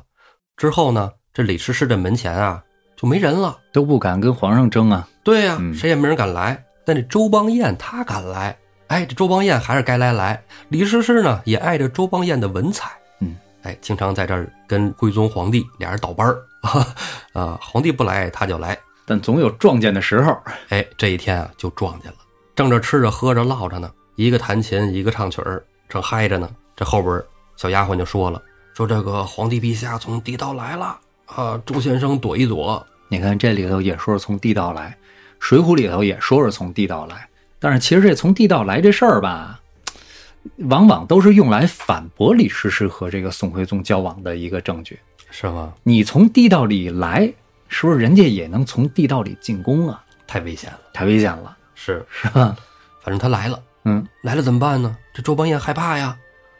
之后呢，这李师师的门前啊就没人了。
都不敢跟皇上争啊。
对呀、
嗯
谁也没人敢来。但这周邦彦他敢来，哎，这周邦彦还是该来来。李师师呢，也爱着周邦彦的文采，
嗯，
哎，经常在这儿跟徽宗皇帝俩人倒班儿 啊，皇帝不来他就来，
但总有撞见的时候。
哎，这一天啊就撞见了，正这吃着喝着唠着呢，一个弹琴，一个唱曲儿，正嗨着呢。这后边儿小丫鬟就说了，说这个皇帝陛下从地道来了啊，朱先生躲一躲，
你看这里头也说是从地道来，《水浒》里头也说是从地道来，但是其实这从地道来这事儿吧，往往都是用来反驳李师师和这个宋徽宗交往的一个证据。
是吗？
你从地道里来，是不是人家也能从地道里进宫啊？
太危险了，
太危险了，
是，
是吧？
反正他来了。
嗯，
来了怎么办呢？这周邦彦害怕呀，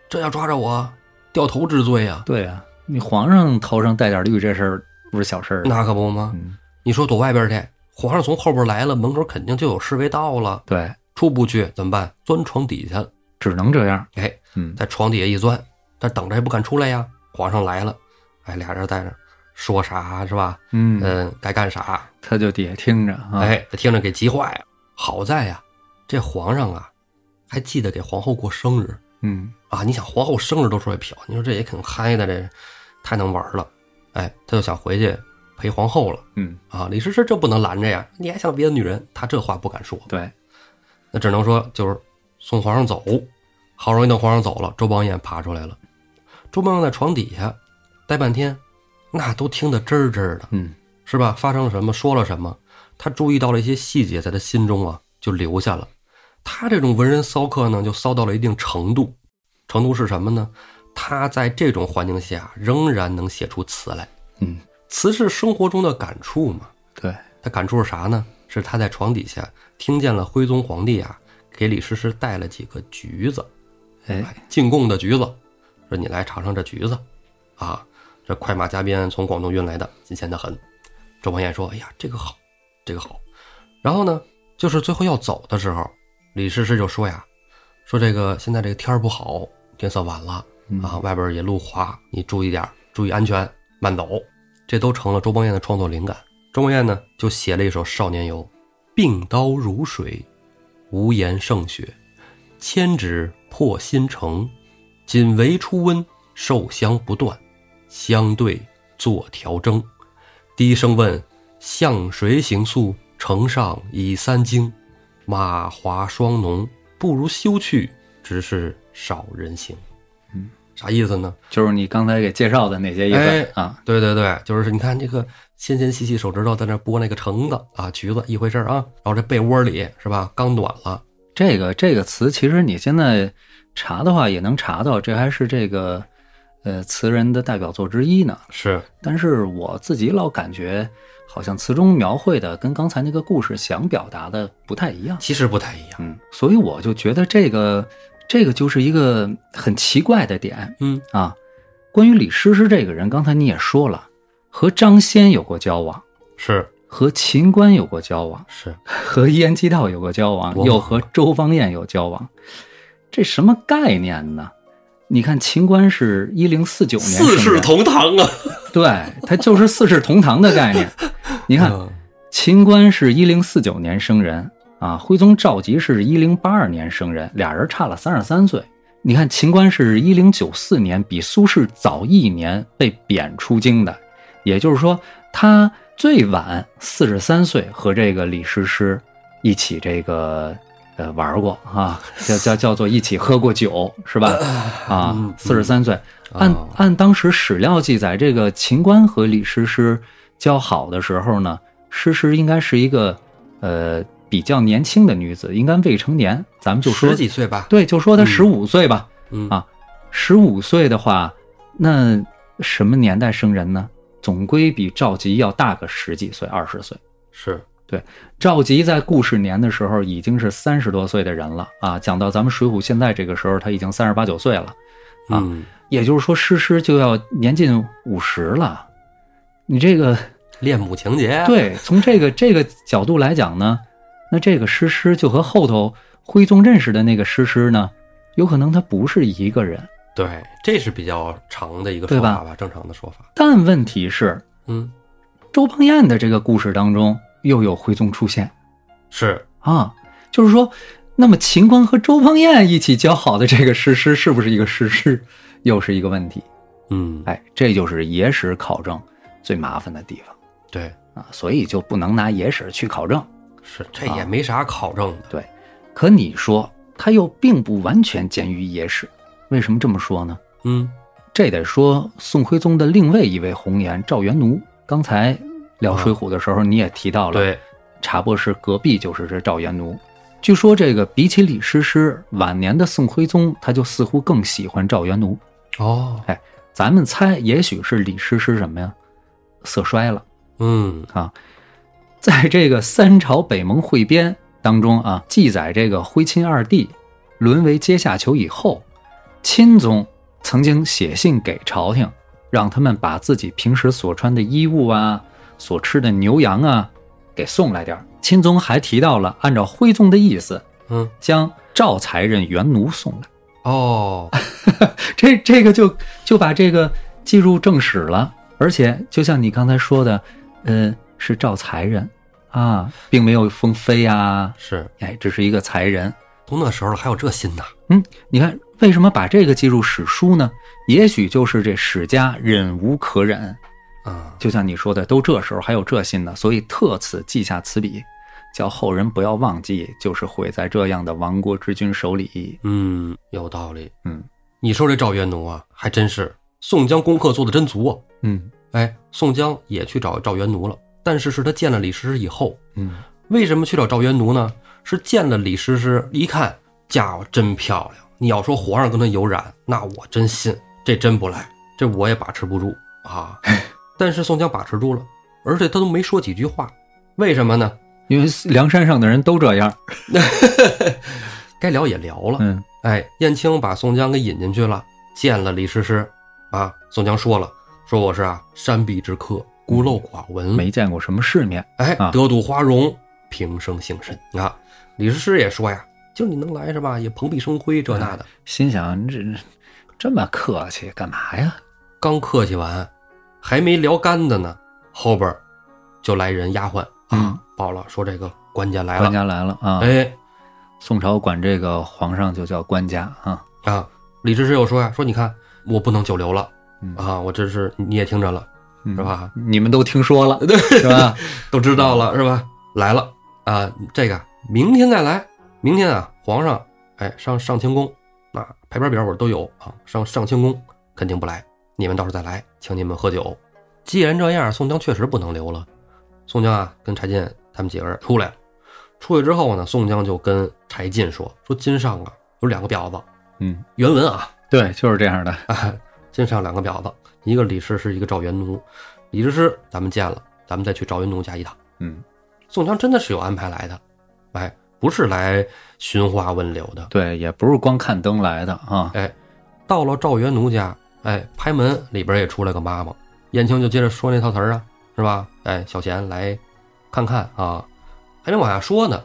这要抓着我，掉头之罪呀，
对啊，你皇上头上带点绿这事儿不是小事儿啊。
那可不吗？
嗯，
你说躲外边去，皇上从后边来了，门口肯定就有侍卫到了，
对，
出不去怎么办？钻床底下，
只能这样。
哎，
嗯，
在床底下一钻，但等着也不敢出来呀。皇上来了，哎，俩人在那儿说啥是吧？
嗯，
嗯，该干啥？
他就底下听着啊。
哎，这听着给急坏了。好在呀，这皇上啊，还记得给皇后过生日，
嗯，
啊，你想皇后生日都出来嫖，你说这也挺嗨的，这太能玩了。哎，他就想回去陪皇后了
嗯，
啊。李师师这不能拦着呀，你还想别的女人？他这话不敢说，
对，
那只能说就是送皇上走。好容易等皇上走了，周邦彦爬出来了。周邦彦在床底下待半天，那都听得真儿真儿的，
嗯，
是吧？发生了什么？说了什么？他注意到了一些细节，在他心中啊就留下了。他这种文人骚客呢，就骚到了一定程度。程度是什么呢？他在这种环境下仍然能写出词来。
嗯，
词是生活中的感触嘛。
对，
他感触是啥呢？是他在床底下听见了徽宗皇帝啊给李师师带了几个橘子，
哎，
进贡的橘子，说你来尝尝这橘子，啊，这快马加鞭从广东运来的，新鲜的很。周邦彦说：“哎呀，这个好，这个好。”然后呢，就是最后要走的时候，李师师就说呀：“说这个现在这个天儿不好，天色晚了啊，外边也路滑，你注意点儿，注意安全，慢走。”这都成了周邦彦的创作灵感。周邦彦呢，就写了一首《少年游》：“病刀如水，无言胜雪。”千指破新城，锦围初温，受香不断，相对坐调筝。低声问：向谁行宿？城上已三更，马华霜浓，不如休去，只是少人行。
嗯，
啥意思呢？
就是你刚才给介绍的那些意思、
哎
啊。
对对对，就是你看这个纤纤细细手指头在那剥那个橙子啊、橘子一回事儿啊，然后这被窝里是吧，刚暖了，
这个这个词，其实你现在查的话也能查到，这还是这个呃词人的代表作之一呢。
是
但是我自己老感觉，好像词中描绘的跟刚才那个故事想表达的不太一样。
其实不太一样。
嗯，所以我就觉得这个这个就是一个很奇怪的点
嗯
啊。关于李师师这个人，刚才你也说了，和张先有过交往，
是
和秦观有过交往，
是，
和一言七道有过交往，
哇
又和周芳燕有交往，这什么概念呢？你看秦观是一零四九年生
四
人，
世同堂啊！
对，他就是四世同堂的概念。你
你
看，秦观是一零四九年生人啊，徽宗赵佶是一零八二年生人，俩人差了三十三岁。你看，秦观是一零九四年，比苏轼早一年被贬出京的，也就是说，他最晚四十三岁和这个李师师一起这个呃玩过啊，叫叫叫做一起喝过酒是吧？啊
嗯，
四十三岁，
嗯
按
哦
按当时史料记载，这个秦观和李师师交好的时候呢，师师应该是一个呃比较年轻的女子，应该未成年，咱们就说
十几岁吧，
对，就说她
嗯
十五岁吧。
嗯
啊十五岁的话，那什么年代生人呢？总归比赵佶要大个十几岁，二十岁。
是
赵佶在故事年的时候已经是三十多岁的人了啊！讲到咱们《水浒》现在这个时候，他已经三十八九岁了。啊
嗯，
也就是说，诗诗就要年近五十了。你这个
恋母情 节，，
对，从这个这个角度来讲呢，那这个诗诗就和后头徽宗认识的那个诗诗呢，有可能他不是一个人。
对，这是比较长的一个
对
说
吧
法吧，正常的说法。
但问题是，
嗯，
周邦彦的这个故事当中又有徽宗出现
是
啊，就是说，那么秦观和周邦彦一起交好的这个诗诗是不是一个诗诗，又是一个问题。
嗯，
哎，这就是野史考证最麻烦的地方。
对，
啊，所以就不能拿野史去考证。
是这
啊
也没啥考证的。
可你说他又并不完全鉴于野史，为什么这么说呢？
嗯，
这得说宋徽宗的另外一位红颜赵元奴。刚才聊《水浒》的时候，你也提到了，
对，
查博士隔壁就是这赵元奴。据说这个比起李师师，晚年的宋徽宗他就似乎更喜欢赵元奴。
哦，
咱们猜，也许是李师师什么呀，色衰了。
嗯，
在这个三朝北盟会编当中啊，记载这个徽钦二帝沦为阶下囚以后，钦宗曾经写信给朝廷，让他们把自己平时所穿的衣物啊、所吃的牛羊啊给送来点儿。钦宗还提到了，按照徽宗的意思，
嗯，
将赵才任袁奴送来。
哦，
这这个就就把这个记入正史了。而且就像你刚才说的，呃，是赵才人啊，并没有封妃啊，
是
哎，只是一个才人。
都那时候了，还有这心呐？
你看，为什么把这个记入史书呢？也许就是这史家忍无可忍，
啊，
就像你说的，都这时候还有这心呢，所以特此记下此笔，叫后人不要忘记，就是毁在这样的亡国之君手里。
嗯，有道理。
嗯
你说这赵元奴啊，还真是宋江功课做的真足啊。
嗯
哎，宋江也去找赵元奴了，但是是他见了李师师以后，
嗯，
为什么去找赵元奴呢？是见了李师师，一看，家伙真漂亮。你要说皇上跟她有染，那我真信，这真不赖，这我也把持不住 啊。但是宋江把持住了，而且他都没说几句话，为什么呢？
因为梁山上的人都这样。
该聊也聊了，
嗯
哎，燕青把宋江给引进去了，见了李师师，啊，宋江说了，说我是啊山壁之客，孤陋寡闻，
没见过什么世面。
哎
啊，
得度花荣，平生幸甚啊。李师师也说呀，就你能来是吧？也蓬荜生辉这那的。
心想这这么客气干嘛呀？
刚客气完，还没聊干的呢，后边儿就来人丫鬟
嗯
啊报了，说这个官家来
官
了。
家来了啊！
哎
宋朝管这个皇上就叫官家啊。
啊，李师师又说呀，说你看我不能久留了
嗯
啊，我这是你也听着了
嗯
是？吧？
你们都听 说了，是吧？
都知道了是吧？来了啊，这个明天再来。明天啊，皇上哎上上清宫，啊排班表我都有啊，上上清宫肯定不来，你们到时候再来，请你们喝酒。既然这样，宋江确实不能留了。宋江啊，跟柴进他们几个人出来了。出去之后呢，宋江就跟柴进说：“说金上啊有两个婊子，
嗯，
原文啊，
对，就是这样的。
啊，金上两个婊子，一个李师师，一个赵元奴。李师师咱们见了，咱们再去赵元奴家一趟。”
嗯，
宋江真的是有安排来的，哎，不是来寻花问柳的。
对，也不是光看灯来的啊。
哎，到了赵元奴家，哎，拍门里边也出来个妈妈，燕青就接着说那套词儿啊，是吧？哎，小贤来看看啊，还没往下说呢，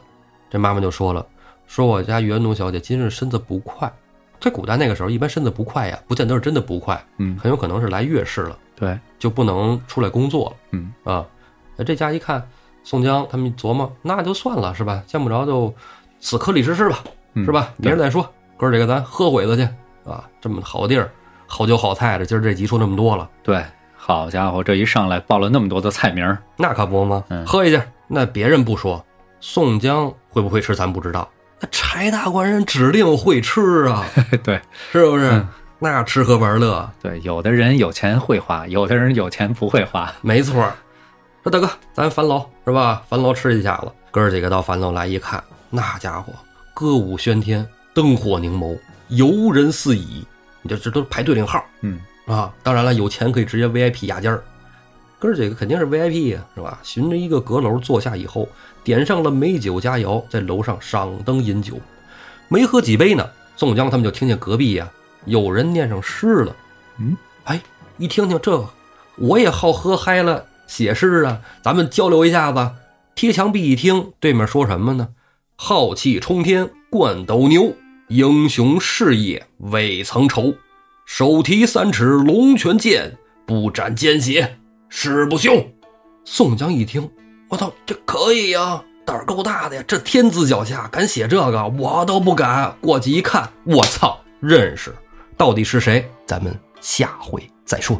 这妈妈就说了，说我家袁奴小姐今日身子不快。这古代那个时候，一般身子不快呀，不见得是真的不快，
嗯，
很有可能是来月事了，
对，
就不能出来工作了。
嗯
啊，哎这家一看，宋江他们一琢磨，那就算了是吧？见不着就死磕李师师吧，
嗯
是吧？明
对
儿再说，哥儿几个咱喝鬼子去啊！这么好地儿，好酒好菜的，今儿这集说那么多了，
对，好家伙，这一上来报了那么多的菜名儿，
那可不吗？
嗯
喝一下，那别人不说，宋江会不会吃咱不知道，那柴大官人指定会吃 啊，
对
是不是？
嗯
那吃喝玩乐，啊
对，有的人有钱会花，有的人有钱不会花，
没错儿。说大哥，咱樊楼是吧？樊楼吃一下子，哥儿几个到樊楼来一看，那家伙歌舞喧天，灯火凝眸，游人四溢。你这这都是排队领号
嗯，
啊！当然了，有钱可以直接 VIP 压尖儿。哥儿几个肯定是 VIP 呀、是吧？循着一个阁楼坐下以后，点上了美酒佳肴，在楼上赏灯饮酒。没喝几杯呢，宋江他们就听见隔壁呀、有人念上诗了。
嗯，
哎，一听听这个，我也好喝嗨了，写诗啊，咱们交流一下子。贴墙壁一听，对面说什么呢？浩气冲天，冠斗牛，英雄事业未曾酬。手提三尺龙泉剑，不斩奸邪誓不休。宋江一听，我操，这可以呀、胆儿够大的呀！这天子脚下敢写这个，我都不敢。过去一看，我操，认识，到底是谁？咱们下回再说。